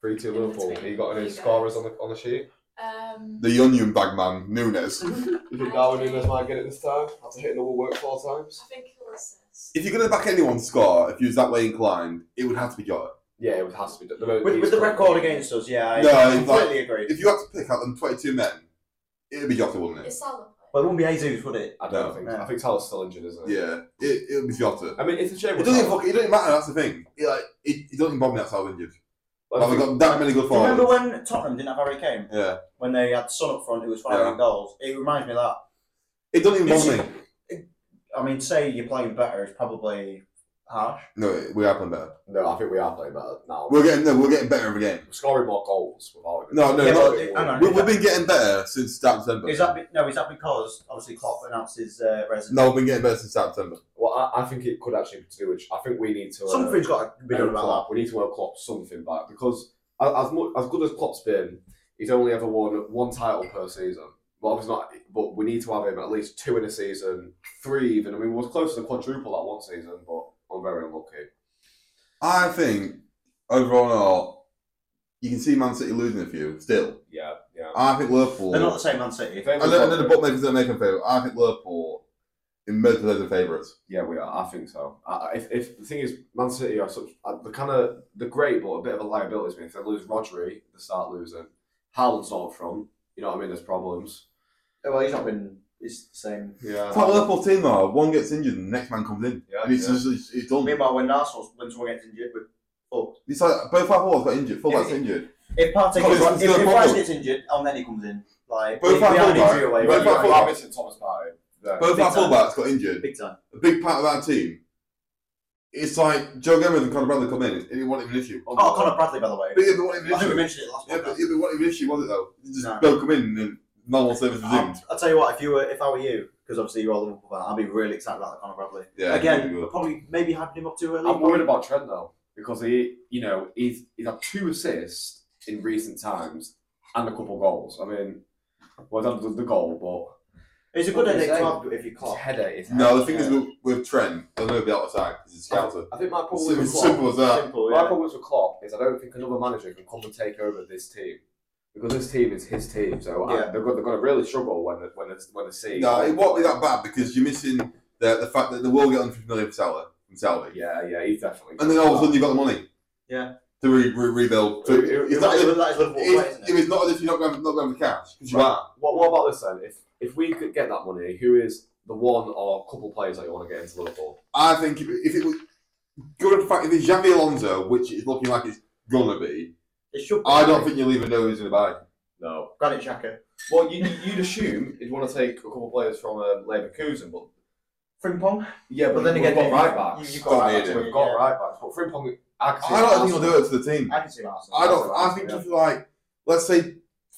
Three two In Liverpool. between. Have you got any You guys. scorers on the on the sheet? Um, The onion bag man, Nunes. You think think Darwin Darwin Nunes Nunes might get it this time? After hitting the woodwork four times. I think he'll assist. If you're gonna back anyone to score, if you was that way inclined, it would have to be Jota. Yeah, it would have to be. The, most- With, with the record against us, yeah, I No, it's completely agree. If you had to pick out them 22 men, it'd be Jota, wouldn't it? It's Salah. But it wouldn't be Jesus, would it? I don't No. think. Yeah. I think Tyler's still injured, isn't he? Yeah, it, it'll be Jota. I mean, it's a shame. It doesn't even fucking, it doesn't matter. That's the thing. It, like, it, it doesn't bother me. That's how injured. Like, we got that many good Do you remember forwards. when Tottenham didn't have Harry Kane Yeah, when they had Son up front who was firing Yeah. goals? It reminds me of that. it doesn't even It's- bother me. I mean, say you're playing better is probably harsh. No, we are playing better. No, I think we are playing better now. We're getting no, we're getting better every game. We're scoring more goals without. it. No, no, Yeah, not- but it- hang on. We, we've been getting better since start September. Is that be- no? Is that because obviously Klopp announced his uh, resignation? No, we've been getting better since start September. Well, I, I think it could actually be to do with. I think we need to. uh, Something's got to be done Klopp. about We need to owe Klopp something back because a- as much, as good as Klopp's been, he's only ever won one title per season. But obviously not. But we need to have him at least two in a season, three even. I mean, we was close to the quadruple that one season, but I'm very unlucky. I think overall, in all, you can see Man City losing a few still. Yeah, yeah. I think Liverpool. They're not the same Man City. I know, I know the bookmakers don't make them favourite. I think Liverpool in most of those are favourites. Yeah, we are. I think so. I, I- if, if the thing is, Man City are such uh, they're kind of they're great, but a bit of a liability to me. If they lose Rodri, they start losing. Haaland's not up front. You know what I mean? There's problems. Well, he's not been. It's the same. Yeah. It's like Liverpool team though. One gets injured, and the next man comes in, Yeah, and it's yeah. just it's, it's done. Meanwhile, when Arsenal when someone gets injured, we're fucked. It's like both our forwards got injured. Fullback's Yeah. injured. If Partey Oh, gets, it's- it's if, no if Rice problem. gets injured, and then he comes in, like Both we, we our are an fullback- injury away. You're, both We're our an injury fullback- away. you're missing Thomas Partey. Yeah. Both our Big time. fullbacks got injured. Big time. A big part of our team. It's like Joe Gomez and Conor Bradley come in. It wasn't even an issue. Oh, Connor Bradley, by the way. But yeah, but it wasn't I even think an we issue. mentioned it last Yeah, but podcast. yeah, but it wasn't even an issue, was it though? It just No. Bill come in and then normal service resumed. I'll, I'll tell you what, if you were, if I were you, because obviously you're all Liverpool fan, I'd be really excited about Connor Bradley. Yeah, Again, we will. probably maybe hyping him up too early. I'm worried about Trent though because he, you know, he's he's had two assists in recent times and a couple goals. I mean, well, that was the goal, It's a good Okay, headache to so- have if you but his can't. headader is. No, the thing Yeah. is with, with Trent, they'll never be out of sight because he's a scouter. I think my problem It's with as Klopp- simple as that. Simple, My yeah. problem with Klopp is I don't think another manager can come and take over this team because this team is his team. So I- Yeah. they're, going, they're going to really struggle when they, when they, when they see. No, it won't be that bad because you're missing the, the fact that they will get 150 million for Salah from Saudi. Yeah, yeah, he's definitely. And then all of a sudden you've got the money. Yeah. To re- re- rebuild. So It- it- it's that, not, as is, if- that is Liverpool, play, it's, isn't it it? was not as if you're not going, not going for cash because you Right. are. What, what about this then? If if we could get that money, who is the one or couple players that you want to get into Liverpool? I think if, if it was going to fact if it's Xavi Alonso, which it's looking like it's gonna be, It should be. I don't think you'll even know who's in the bag. No. Granit Xhaka. Well, you, you'd assume you'd want to take a couple players from uh, Leverkusen, but Frimpong. yeah, But then we've again, got you- right backs. you've got We've right backs, We've got yeah. right backs, but Frimpong. I I don't think he'll do it to the team. I can see him Arsenal. I don't. I think just like let's say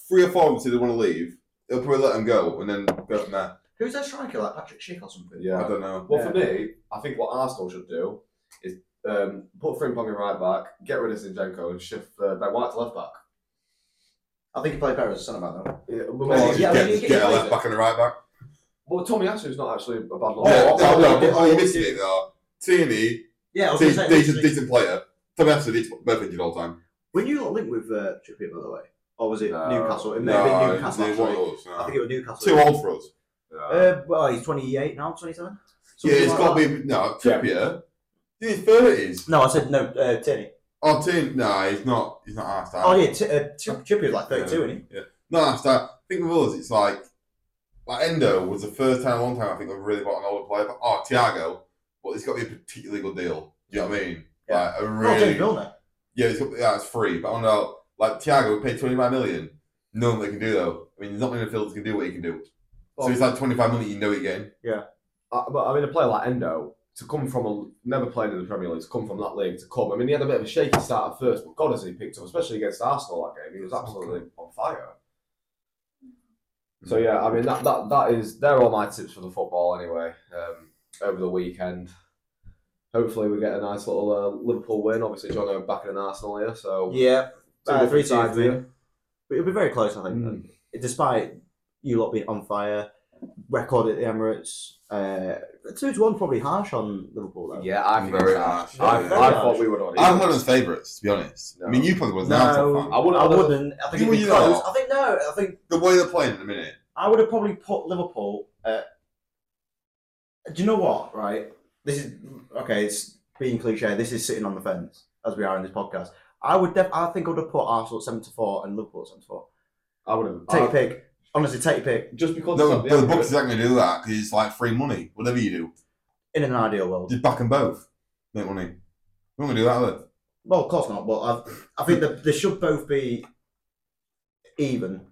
three or four of them say they want to leave, they'll probably let them go and then go from there. Who's their striker, like Patrick Schick or something? Yeah. I don't know. Well, for me, I think what Arsenal should do is um, put Frimpong in right back, get rid of Zinchenko, and shift uh, Ben White to left back. I think he played better as a centre back though. Yeah, Or Yeah, just yeah, get, you just can get a use left it. back and a right back. Well, Tommy Asu's not actually a bad lot. Oh, yeah, oh, no, oh, no, oh, oh, oh, you missed it. though. Tierney, Yeah, I was E, de- going to say. decent, literally- decent player. Tommy Asu, decent- both injured all the time. When you linked with uh, Trippier, by the way, or was it No. Newcastle? It may have No, been it was Newcastle. actually. us, I think no. it was Newcastle. Too old for us. Uh, well, he's 28 now, 27. Yeah, Something it's like got that. to be no Trippier. Yeah. He's thirties. No, I said no, uh, Tierney. Oh, Tierney. No, he's not. He's not half Oh, yeah, t- uh, Tri- Trippier's like 32, isn't he? No, after I think with us, it's like like Endo was the first time, in a long time I think I've really bought an older player. But, oh, Thiago, well, it's got to be a particularly good deal. Do you know what I mean? Yeah. Like a Oh, James really, Milner. yeah, it's, yeah, it's free. But I don't know, like Thiago, we paid twenty five million. No one that can do though. I mean, there's not many midfielders can do what he can do. So he's like twenty five million. You know he can. Uh, but I mean, a player like Endo to come from a never played in the Premier League, to come from that league, to come. I mean, he had a bit of a shaky start at first, but God, has he picked up, especially against Arsenal that game. He was absolutely on fire. Mm. So yeah, I mean that that that is they're all my tips for the football anyway. Um, over the weekend, hopefully we get a nice little uh, Liverpool win. Obviously, John are back in an Arsenal here, so Yeah, two uh, different 3 2 sides for me. here. But It'll be very close, I think. Mm. Despite you lot being on fire, record at the Emirates. Uh, 2 to 1 probably harsh on Liverpool, though. uh, Yeah, I think Very it's harsh. I, Very I thought harsh. we would already. I'm one of his favourites, to be honest. I No. mean, you probably was No, I wouldn't- I wouldn't. I think You- it'd be you close. lot. I think, no, I think The way they're playing at the minute. I would have probably put Liverpool at. Do you know what? Right, this is okay. It's being cliche. This is sitting on the fence as we are in this podcast. I would. Def- I think I would have put Arsenal at seventy-four and Liverpool at seventy-four. I would have. Uh, Take your pick. Honestly, take your pick. just because No, it's not the, the Emirates. books aren't going to do that because it's like free money. Whatever you do, In an ideal world. just back them both, make money. We're going to do that. Are they? Well, of course not. But I, I think that they should both be even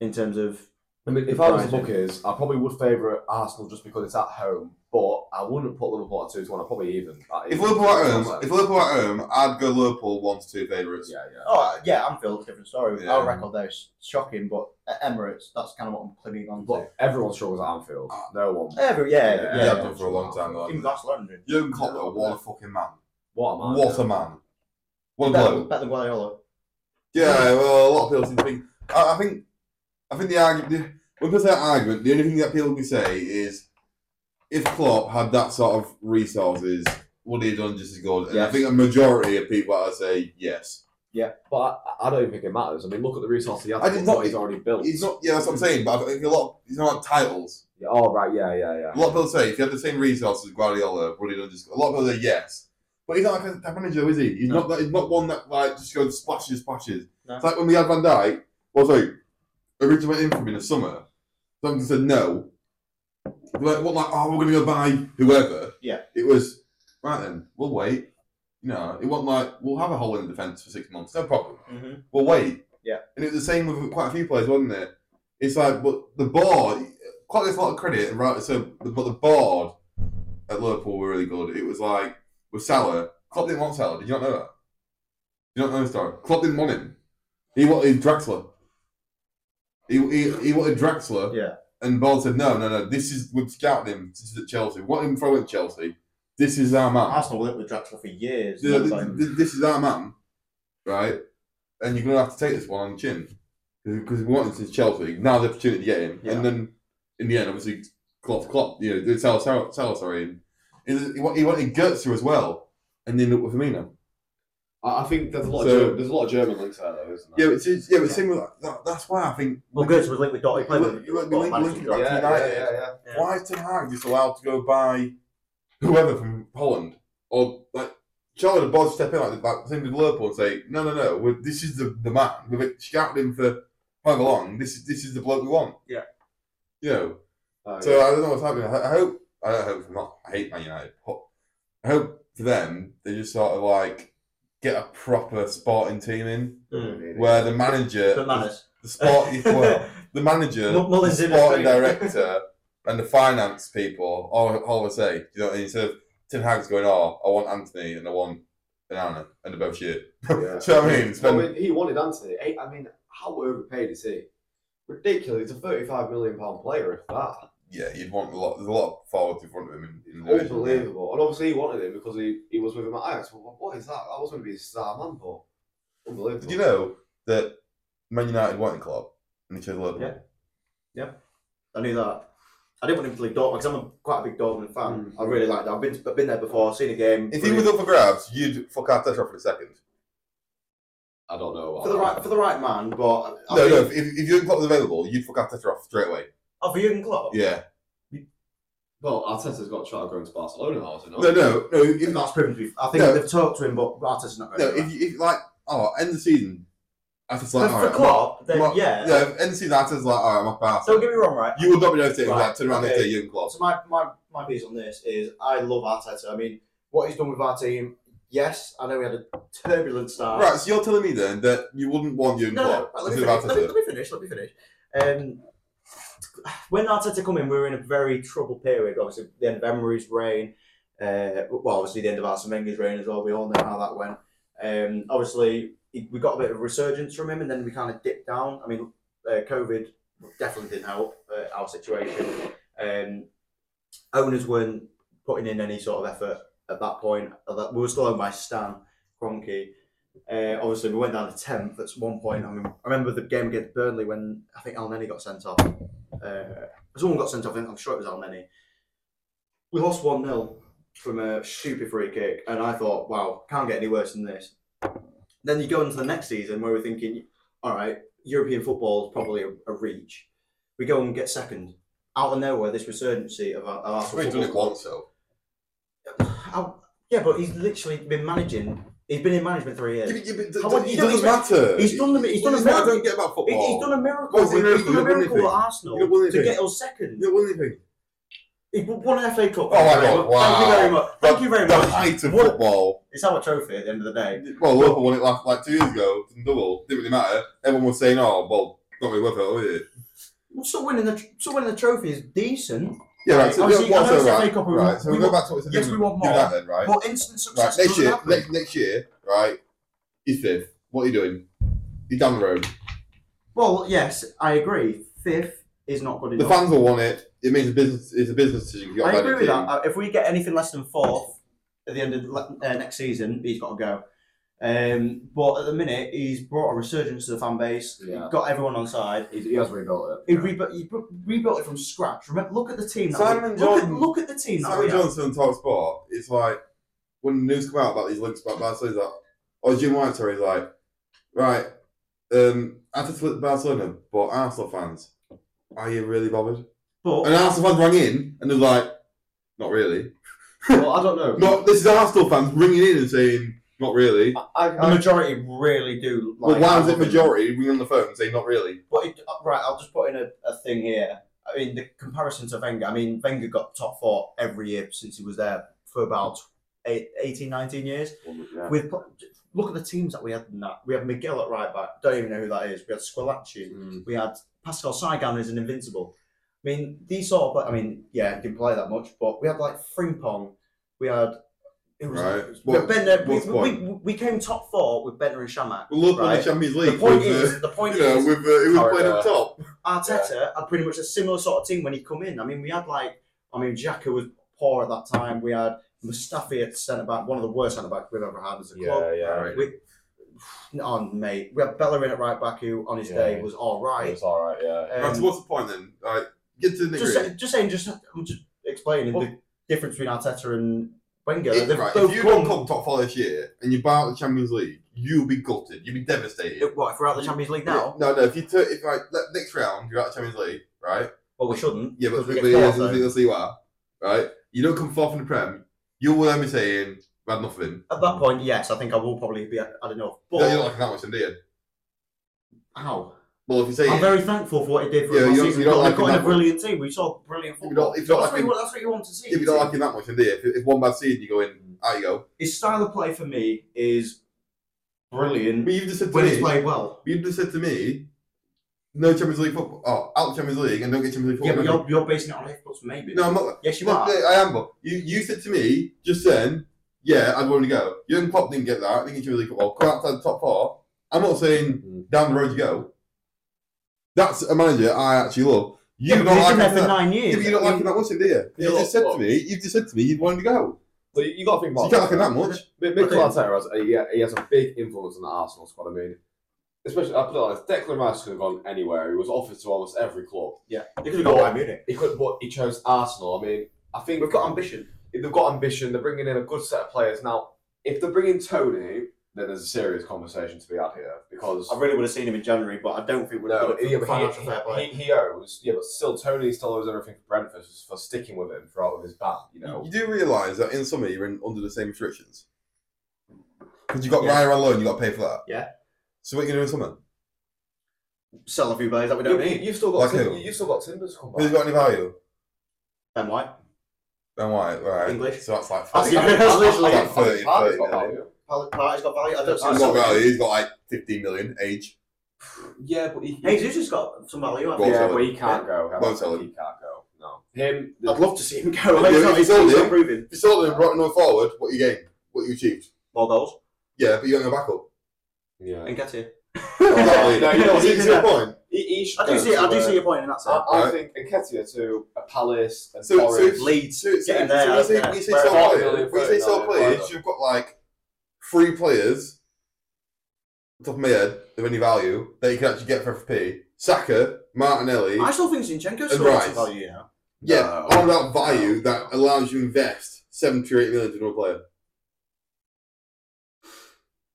in terms of. I mean, if I was the Surprising. Buccaneers, I probably would favour Arsenal just because it's at home, but I wouldn't put Liverpool at 2 to 1. I'd probably even. at If even. Liverpool at home, if Liverpool at home, I'd go Liverpool one to two favourites. Yeah, yeah. Oh yeah, Anfield's a different story. Yeah. Our record there is shocking, but at Emirates, that's kind of what I'm clinging on to. But everyone struggles at Anfield. No one. Every yeah, Yeah, yeah. Yeah, I've done for a long time. Even Though. Barcelona. did. Jurgen Klopp, though, what a fucking man! What a man. What a man! What a Better, bloke! better than Guardiola. Yeah, well, a lot of people seem to think. I, I think, I think the argument. when people say argument, the only thing that people can say is if Klopp had that sort of resources, would he have done just as good? And I Yes. think a majority of people out there say yes. Yeah, but I, I don't even think it matters. I mean, look at the resources he has. I did look not- what he's already built. It's not. Yeah, that's what I'm saying. But I think a lot. It's not titles. Yeah, oh, right, yeah, yeah, A yeah. lot of people say if he had the same resources as Guardiola, would he have done just? A lot of people say yes. But he's not like a type manager, is he? He's No. not. That, he's not one that like just goes splashes, splashes. No. It's like when we had Van Dijk. Well, sorry, originally went in for him in the summer. Someone said no. They weren't weren't like, oh, we're gonna go buy whoever. Yeah. It was right then. We'll wait. You know, it wasn't like we'll have a hole in the defense for six months. No problem. Mm-hmm. Well, wait. Yeah. And it was the same with quite a few players, wasn't it? It's like, but the board, quite gets a lot of credit, and right? So, but the board at Liverpool were really good. It was like with Salah, Klopp didn't want Salah. Did you not know that? Did you not know this story? Klopp didn't want him. He wanted Draxler. He, he, he wanted Draxler. Yeah. And Ball said, no, no, no. This is we've scouted him. This is at Chelsea. We want him throw at Chelsea. This is our man Arsenal worked with Draxler for years. th- Never th- got him. th- this is our man, right? And you're gonna have to take this one on the chin because we wanted to Chelsea. Now the opportunity to get him, Yeah. and then in the end, obviously, Klopp, Klopp, you know, Salah, Salah, Salah sorry, and he, he wa- he wanted Goetze as well, and then up with Firmino. I, I think there's a lot So- of German, there's a lot of German links there, though, isn't Yeah, there? but it's, it's- yeah, but same with that, that's why I think. Well, Gertz was linked with Dot. He played with. You Dot won't- you won't be managed linking to do back that. to United. yeah. Yeah. Why is Ten Hag just allowed to go buy whoever from Holland or like Charlie the boss step in like, like same with Liverpool and say no no no we're, this is the, the man we've scouted him for however long this is this is the bloke we want Yeah. you know Oh, so um, I don't know what's happening I, I hope I don't hope not I hate Man United but I hope for them they just sort of like get a proper sporting team in yeah. Mm. where the manager But manners. the sport well the manager, Mul- Mullins the in the sporting street. director, and the finance people all, all the say, you know, instead of Tim Hag's going, oh, I want Anthony and I want Anana, and they're both shit. Yeah. So I mean, it's Well, been- I mean, he wanted Anthony. Hey, I mean, how overpaid is he? Ridiculous. He's a 35 million pound player, if that. yeah, you'd want a lot, there's a lot of forwards in front of him. In, in the division. Unbelievable. And obviously, he wanted him because he, he was with him at Ajax. Well, what is that? That was going to be his star man, but unbelievable. Did you know that Man United wanted Klopp and they chose Liverpool? Yeah. I knew that. I didn't want him to leave Dortmund because I'm a, quite a big Dortmund fan. Mm. I really like that. I've been, I've been there before, seen a game. If he was up for grabs, you'd fuck Arteta off in a second. I don't know. for the right for the right man, but I no, think, no, if, if if Jurgen Klopp was available, you'd fuck Arteta off straight away. Oh, for Jurgen Klopp. Yeah. Well, Arteta's got a shot of going to Barcelona now, hasn't he? No, no, no. If, Even that's proven to be. I think No. they've talked to him, but Arteta's not No, going. if, you- if like, oh, end the season. I just like, for, alright, for I'm Klopp, then I'm not- yeah. Yeah, if end the season. I just like, alright, I'm off Barca. Don't get me wrong, right? You would not be noticing Right, that. Turn around okay. and say Jurgen Klopp. So my, my my piece on this is I love Arteta. I mean, what he's done with our team. Yes, I know we had a turbulent start. Right, so you're telling me then that you wouldn't want Jurgen No, no, Klopp right, let, me instead finish, of let, me, Arteta. let me finish. Let me finish. Um, when Arteta come in, we were in a very troubled period. Obviously, the end of Emery's reign. Uh, well, obviously, the end of Arsene Wenger's reign as well. We all know how that went. Um, obviously, he- we got a bit of resurgence from him, and then we kind of dipped down. I mean, uh, COVID definitely didn't help uh, our situation. Um, owners weren't putting in any sort of effort at that point. At that- We were still owned by Stan Kroenke. Uh, obviously, we went down to tenth at one point. I mean, I remember the game against Burnley when I think Al Nenny got sent off. Uh, someone got sent off. I think- I'm sure it was Al Nenny. We lost one 0 from a stupid free kick, and I thought, wow, can't get any worse than this. Then you go into the next season where we're thinking, all right, European football is probably a, a reach. We go and get second. Out of nowhere, this resurgency of our, of our I've already done it once, so. How- yeah, but he's literally been managing. He's been in management three years. Yeah, but- yeah, but How th- would th- you it do doesn't it? matter. He's done them- It- he's it done doesn't them- matter, I don't get about He- football. He's done a miracle. What's the with- He's done miracle? a You've won miracle at anything. Arsenal You've won to anything. get us second. You know, what do you think? He won an FA Cup. Oh my Thank you very much. Thank you very God, wow. much. Thank you very The much. height of What- football. It's our trophy at the end of the day. Well, Liverpool won it last, like two years ago, didn't double, didn't really matter. Everyone was saying, oh, well, not really worth it, was it? Well, still winning the still winning the trophy is decent. Yeah, right, so, Obviously, yeah, I know so, it's the right, FA Cup, we right, want- so we we go want- back to what yes, we want more. United, right? But instant Right, success next doesn't year, happen. next, next year, right? You're fifth. What are you doing? You're down the road. Well, yes, I agree. Fifth is not good The enough. fans will want it. It means a business. It's a business decision. You I got agree with that. Uh, If we get anything less than fourth at the end of le- uh, next season, he's got to go. Um, but at the minute, he's brought a resurgence to the fan base. Yeah. Got everyone on side. He, he has rebuilt it. He, rebu- he bu- rebuilt it from scratch. Remember, look at the team. That Simon we, look, at, Jordan- look at the team. That Sam we had. Johnson on Talk Sport, it's like when news come out about these links about Barcelona, he's like, or Jim White, sorry, he's like, right, um, I just split Barcelona, but Arsenal fans, are you really bothered? And But Arsenal fans rang in and they're like, not really. well, I don't know. Not this is Arsenal fans ringing in and saying, not really. I, I, the majority really do. Uh, But Uh, Like, why was it majority ringing on the phone and saying, not really? But it, uh, right, I'll just put in a, a thing here. I mean, the comparison to Wenger. I mean, Wenger got top four every year since he was there for about eight, 18, 19 years. Yeah. With look at the teams that we had. In that we had Miguel at right back. Don't even know who that is. We had Squillacci. Mm. We had Pascal Saigan as an invincible. I mean, these sort of. I mean, yeah, didn't play that much, but we had like Frimpong. We had. It was Right. But What- Bentner, uh, we, what's we, we, we came top four with Bentner and Shamak. Well, look on Right. the Champions League. The point with, is, uh, the point you know, is, with uh, who was playing up Sorry, top. Arteta had pretty much a similar sort of team when he come in. I mean, we had like, I mean, Xhaka was poor at that time. We had Mustafi at centre back, one of the worst centre backs we've ever had as a club. Yeah, yeah. Alright. We, on mate, we had Bellerin at right back, who on his Yeah. day was all right. It's all right. Yeah. Um, Right, so what's the point then? All right, get to the Just, nitty say, just saying, just I'm just explaining the difference between Arteta and Wenger. If, They've right, both if you come- don't come top four this year and you buy out the Champions League, you'll be gutted. You'll be devastated. uh, what if we're out of the Champions League now? no, no. If you took, if like le- next round you're out of Champions League, right? Well, we shouldn't. Yeah, but, because we but, get yeah, fourth, that's the though. thing, that's who you are, right? You don't come fourth in the Prem, you will then be saying we had nothing. at that point, yes, I think I will probably be. I don't know, No, but you're not liking that much, then, do you? how? Well, if you say I'm very thankful for what he did for us Yeah, you last don't- season. you don't Got- like got him in a that brilliant team. We saw brilliant you football. don't- if you don't that's, like what him- you, that's what you want to see. if you don't like him that much, then do you? If, if one bad season, you go in. Out you go. His style of play for me is brilliant But you've just said to when he's me, played well. you've just said to me, no Champions League football. Oh, out Champions League and don't get Champions League Yeah, football. but you're, you're basing it on Hiccups, maybe. no, I'm not. yes, you No, are. no, I am, but you, you said to me just then, yeah, I'd want to go. Jurgen Klopp didn't get that. I think he really well. Come outside the top four. I'm not saying Mm. down the road you go. That's a manager I actually love. You yeah, don't he's like been there him for that. nine Yeah, years. but you don't like him that much, do you? Yeah, You look, just said to look. me. You just said to me you'd want him to go. So you, you got to think So you about. can't like him that much. M- Mikel Arteta has a, yeah, he has a big influence on the Arsenal squad. I mean, especially I put it like this, Declan Rice could have gone anywhere. He was offered to almost every club. You could have got Bayern Munich. He could, but he chose Arsenal. I mean, I think We've got ambition. they've got ambition. They're bringing in a good set of players now. If they're bringing Tony, then there's a serious conversation to be had here because I really would have seen him in January, but I don't think we'd have no, got yeah, it for but financial he, fair play. he, he owes. Yeah, but still, Tony still owes everything for Brentford for sticking with him throughout his ban. You know, You do realise that in summer you're in, under the same restrictions because you got Yeah. Ryan on loan. You got to pay for that. Yeah. So what are you gonna do in summer? Sell a few players that we don't need. have still got Like Tim- who? you've still got Timbers to come back. Who's got any value? Ben White. Ben White, right? English. So that's like. That's I think- That's I literally- think- I think Thirty, Harvey's thirty, got yeah. value. Pal- Partey's got value. I don't see He's He's him got selling. value. He's got like 15 million age. Yeah, but he, Hey, Jesus has got some value. I Well, think. yeah, sell but it. he can't go. Helen. Won't sell it. He can't go. No, him. I'd love to see him go. Yeah, He's if not, he he's sold not him- improving. If you sold him right now forward, what you gained? What you achieved? More goals Yeah, but you don't go back up. yeah. and get here. Exactly. no, you know Uh, what, See- see the point. He, he should I do go see. I do somewhere. see your point in that sense. I, I Right. think Enketia to a Palace and So- so Forest. if- Leeds. So, so, Get in so there, when you say, yeah. when you say Where sell about players, million, when you say sell thirty million, players, whatever. you've got like three players, top of my head, of any value that you can actually get for FFP. Saka, Martinelli. I still think Zinchenko's And still got some Rice. value, you know. yeah, all that value that allows you to invest 70 or 8 million to another player.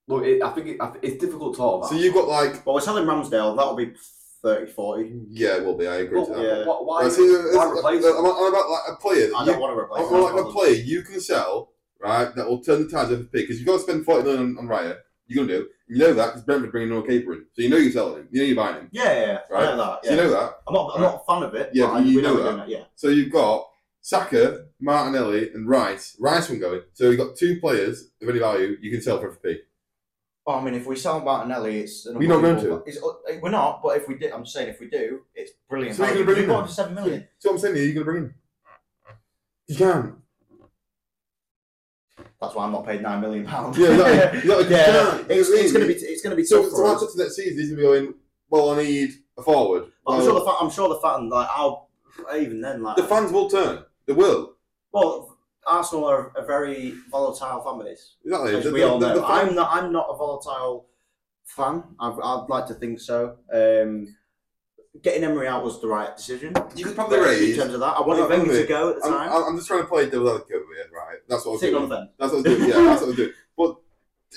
Look, it, I think it, I, th- it's difficult to talk about. So you've got like, But we're selling Ramsdale, that'll be 30, 40. yeah, it will be, I agree Well, to that. yeah. wh- wh- why? Right, so it's- why it's- replace I'm, him? I'm about like a player that I you, don't want to replace I'm him, like a that's player you can sell, right? That will turn the tides of FP because you've got to spend forty million on, on Raya. You're gonna do. You know that because Brentford bringing no caper in, so you know you're selling him. You know you're buying him. Yeah, yeah, yeah. I Right. know that. So Yeah. you know that. I'm, not, I'm not a fan of it. Yeah, but but I- you we know we're that. doing Yeah. So you've got Saka, Martinelli, and Rice. Rice one going. So you've got two players of any value you can sell for FP. Well, I mean, if we sell Martinelli, it's. an We're not going unbelievable- it's- uh, we're not, but if we did, I'm saying if we do, it's brilliant. So you're value. gonna bring we him bought in? for 7 million. So what I'm saying is, you're gonna bring him. You can. That's why I'm not paid 9 million pounds. Yeah, exactly. Yeah, you yeah. can't. It's, You know it's going to what I mean? be it's going to be So, tough so for us. after to next season, he's gonna be going. Well, I need a forward. But I'm Well, sure the fa- I'm sure the fan like I'll even then like the fans will turn. They will. well Arsenal are a very volatile fan base, Exactly. as The- we the- all the- know. the fact- I'm not. I'm not a volatile fan. I've, I'd like to think so. Um, getting Emery out was the right decision. you could probably in raise. terms of that, I wanted Yeah, Wenger to Wenger. go at the I'm, time. I'm- I'm just trying to play devil's advocate over here, right? That's what I was Sitting doing. on the fence. That's what I was doing. Yeah, that's what I was doing. But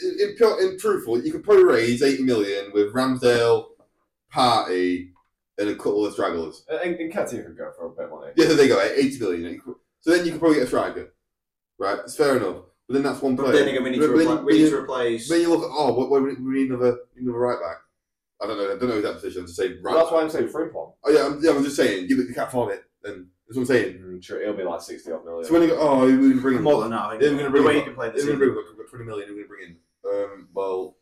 in, in, pure- in truthful, you could probably raise eight million with Ramsdale, Party, and a couple of stragglers. And, and Ketia Uh, could go for a bit of money. Yeah, there they go. eh, Eighty million. and you could- So then you could probably get a striker, right? It's fair enough. But then that's one player. But then again, we need to But then- repli- we but need then- to replace. Then you look at oh, what, what, we need another another right back. I don't know. I don't know that position. I'm just saying right. Well, that's back. why I'm saying Frimpong. Oh yeah, I'm, yeah, I'm just saying. You, you can't afford it. Then that's what I'm saying. Mm, sure, it'll be like 60 odd million. So when they go, oh, we're going to bring More than that, I They're think. the gonna bring way him you can play They're this going to season. bring we've got 20 million, we're going to bring in. Um, well,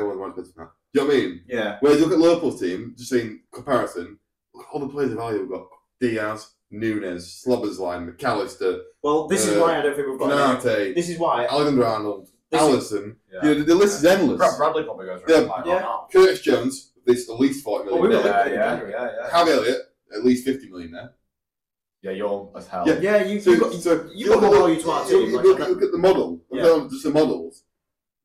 everyone wants better than that. Do you know what I mean? Yeah, Whereas you look at Liverpool's team, just saying comparison, look at all the players of value we've got. Diaz, Nunes, Slobbersline, McAllister, well, this is Uh, why I don't think we've got. enough. Canate, This is why. Alexander Arnold, This is- Allison. Yeah. You know, the, the list is endless. Brad- Bradley probably goes Yeah. right back Yeah. right now. Curtis Jones, this at least 40 Well, million. we were there. yeah, looking at it in yeah. January, yeah, yeah. Cav Elliott, at least 50 million there. Yeah, you're as hell. Yeah. Yeah, you. So, you got, so you got the value to our you- team, you like look, that. look at the model. Yeah. No, just the models.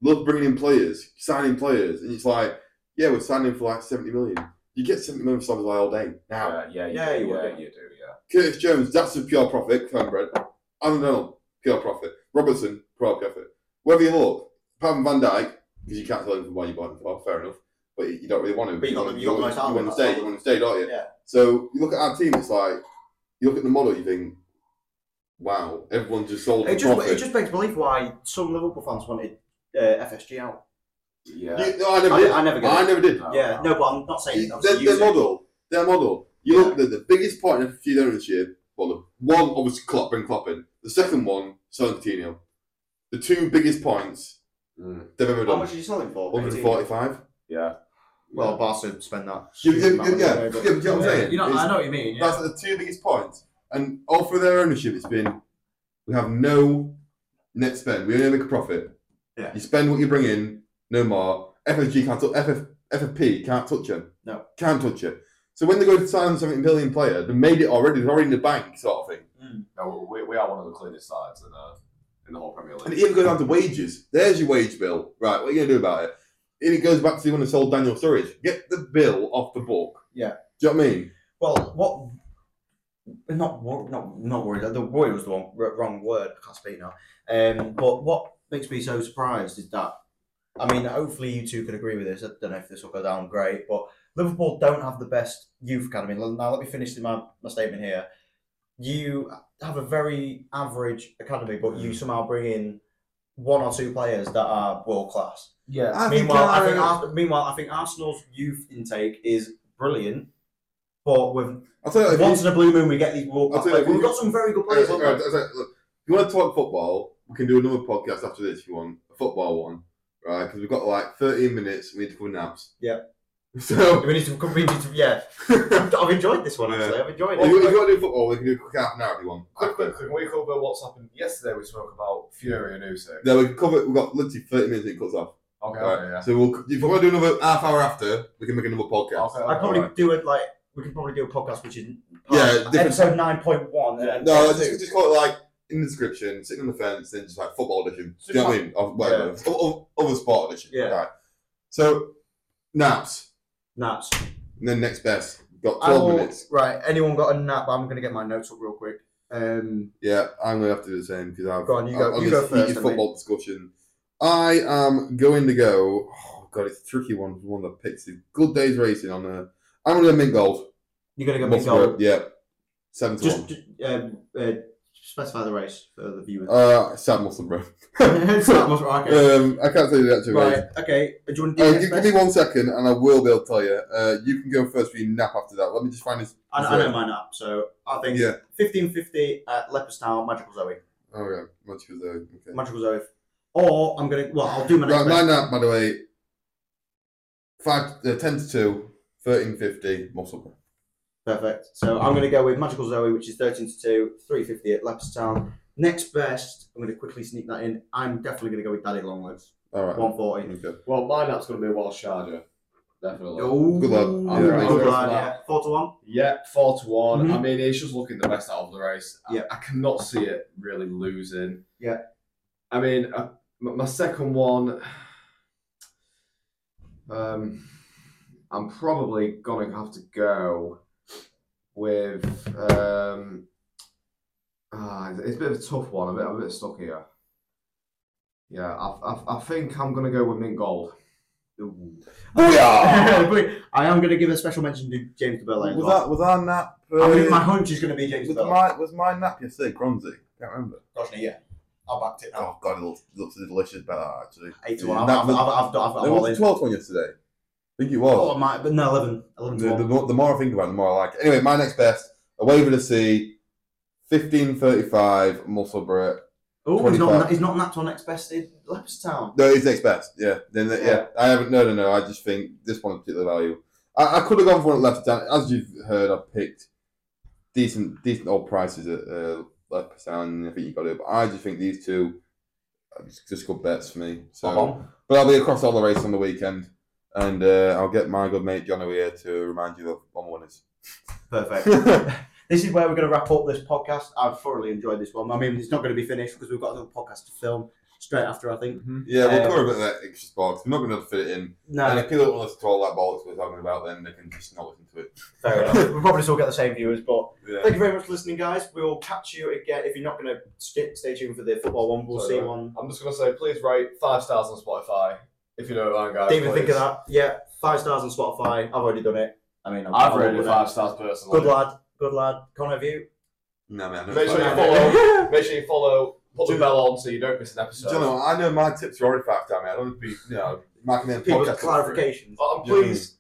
Look, bringing in players, signing players, and it's like, yeah, we're signing for like seventy million. You get seventy million for something like all day now. Yeah, yeah, you, Yeah, do, you would, yeah, yeah. you do, yeah. Curtis Jones, that's a pure profit, fan bread. I don't know, pure profit. Robertson, pure profit. Wherever you look, apart from Van Dyke, because you can't tell him why you bought him for, fair enough. But you you don't really want him. But you got the- you got the most out you of want him, to stay, that's you want to stay, don't you? Yeah. So you look at our team, it's like you look at the model, you think, wow, everyone just sold It for just, profit. it just begs belief why some Liverpool fans wanted uh, FSG out. Yeah. You- no, I never, I, did. I never get I it. never did. No, Yeah, no. no, but I'm not saying You- obviously Their, using- their model, their model. You look at the, the biggest part in FFG ownership. Well, the one obviously Klopp bring Klopp in. The second one, Selling Coutinho. The two biggest points Mm, they've ever How done. much are you selling for? 145. yeah. Well, Barca spend that. You, you, you, stupid amount of yeah, money, you but- get what I'm saying? You know, It's- I know what you mean. Yeah. That's the two biggest points. And all through their ownership, it's been we have no net spend. We only make a profit. Yeah. You spend what you bring in, no more. FFG can't touch. FF, FFP can't touch it. No. Can't touch it. So when they go to sign a 17 billion player, they made it already. They're already in the bank, sort of thing. No, we, we are one of the cleanest sides in, uh, in the whole Premier And League. it even goes down to wages. There's your wage bill. Right, what are you going to do about it? And it goes back to when they sold Daniel Sturridge. Get the bill off the book. Yeah. Do you know what I mean? Well, what? Not wor- not not worried. The worry was the wrong, wrong word. I can't speak now. Um, but what makes me so surprised is that, I mean, hopefully you two can agree with this. I don't know if this will go down great, but Liverpool don't have the best youth academy. L- Now let me finish my, my statement here. You have a very average academy, but you somehow bring in one or two players that are world class. yeah. Meanwhile, I think Ars- meanwhile I think Arsenal's youth intake is brilliant, but with I'll tell you, if you- once in a blue moon, we get these world I'll class tell you players. what, We've you- got some very good Alright, players. so- haven't alright, so- look, if you want to talk football, we can do another podcast after this if you want. A football one, right? Because we've got like 13 minutes. We need to cover naps. Yeah. we? So, We need to. We need to. Yeah, if I've, I've enjoyed this one Yeah. actually. I've enjoyed you, if it. you want to do football, we can do a quick half an hour if you want. Quick, quick, quick. We cover what's happened yesterday. We spoke about Fury and Usyk. Then we can cover. We've got literally 30 minutes. It cuts off. Okay, Alright, okay, yeah. So we'll. If we want to do another half hour after, we can make another podcast. Okay, I'd probably alright. do it like we can probably do a podcast which is Yeah, different- episode nine point one. No, just, just call it like in the description, sitting on the fence, then just like football edition. Do you know what I mean? Of, whatever. Other, other sport edition. Yeah. Right. So naps, naps. and then next best. Got I 12 will- minutes. Right. Anyone got a nap? I'm gonna get my notes up real quick. Um, Yeah, I'm gonna have to do the same because I've Go on, you I've- go- on you this go first, heated I mean. football discussion. I am going to go. Oh god, it's a tricky one. One that picks is good days racing on there. I'm gonna go mint gold. you're gonna go big Middlesbrough, goal. Yeah, seven to Just one. just, um, uh, specify the race for the viewers. Uh, sad Muslim bro. It's not much- okay. Um, I can't tell you the actual Right. race. Okay. Do you want to do Uh, next give, give best? me one second, and I will be able to tell you. Uh, you can go first. We nap after that. Let me just find this. I, I know my nap, so I think Yeah. 1550 at Leopardstown, Magical Zoe. Oh yeah, much good though. Okay. Magical Zoe. Or I'm going to, well, I'll do my next Right, my best. nap, by the way. Five, uh, ten to two, thirteen fifty, muscle. bro. Perfect. So I'm going to go with Magical Zoe, which is 13 to 2, 350 at Leopardstown. Next best, I'm going to quickly sneak that in. I'm definitely going to go with Daddy Longlegs, All right. 140. Okay. Well, my nap's going to be a Welsh Charger. Definitely. Oh, Good lad. Good Yeah, lad, good lad. yeah. Four to one. Yeah, four to one. I Mhm. mean, it's just looking the best out of the race. I- Yeah. I, cannot see it really losing. Yeah. I mean, uh, m- my second one. Um, I'm probably gonna have to go with. Um, ah, it's- it's a bit of a tough one. I'm a bit, I'm a bit stuck here. Yeah, I, I, I think I'm gonna go with Mint Gold. Booyah! I am going to give a special mention to James de Bellay. as Was well. that was our nap? I uh, believe my hunch is going to be James de was, Bellay. my, was my nap yesterday Gronzy? Can't remember. yeah. I backed it now. Oh god, it looks, it looks delicious. Better actually. Eight to one. I've, That I've, was- I've, I've, I've, It I'm all was the in. twelfth one yesterday. I think it Oh, was. I might, but no, 11. 11 to the, the, 1. more, the more I think about it, the more I like it. Anyway, my next best away with the sea, fifteen thirty-five Muscle Brit. Oh, he's not, 25. he's not napped on next best in Leopardstown. No, it's next best. Yeah, then the, yeah. I haven't. No, no, no. I just think this one particular value. I, I could have gone for one at left down. As you've heard, I picked decent, decent old prices at uh, left down. I think you got it, but I just think these two are just, just good bets for me. So, Uh-huh. but I'll be across all the race on the weekend, and uh, I'll get my good mate John here to remind you of one winners. Perfect. this is where we're going to wrap up this podcast. I've thoroughly enjoyed this one. I mean, it's not going to be finished because we've got another podcast to film straight after, I think. yeah, we'll Um, cover a bit of that extra sport. We're not going to fit it in. And No, if people don't want to listen to all that bollocks we're talking about, then they can just not listen to it. fair enough. We'll probably still get the same viewers, but Yeah. thank you very much for listening, guys. We will catch you again. If you're not going to st- stay tuned for the football one, we'll Sorry, see you right. on. I'm just gonna say, please rate five stars on Spotify if you don't mind, guys. Didn't even think please. of that. Yeah, five stars on Spotify. I've already done it. I mean, I've already done rated it it. five stars personally. Good lad. Good lad. Connor, view. No, man. I know Make it's sure fine. you follow. Make sure you follow. Put the bell on so you don't miss an Do episode. Uh, you know, I know my tips are already five time. I don't want to be, you know, marking them People's podcast clarifications. Oh, and Yeah. please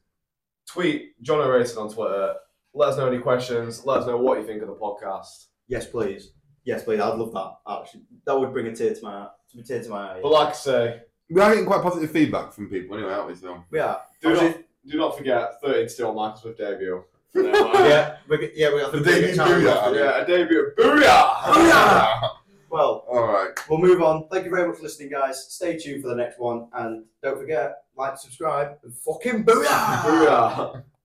tweet John O'Racing on Twitter. Let us know any questions. Let us know what you think of the podcast. Yes, please. Yes, please. I'd love that. Actually, that would bring a tear to my to a tear to my eye. But like I say, We are getting quite positive feedback from people anyway, aren't we? So yeah, do Obviously- not do not forget 13 still Michael Swift debut. yeah, we g- yeah. We got The day you do that, yeah, a debut. Booyah! Booyah! Well, all right. we'll move on. Thank you very much for listening, guys. Stay tuned for the next one, and don't forget like, subscribe, and fucking booyah! Booyah!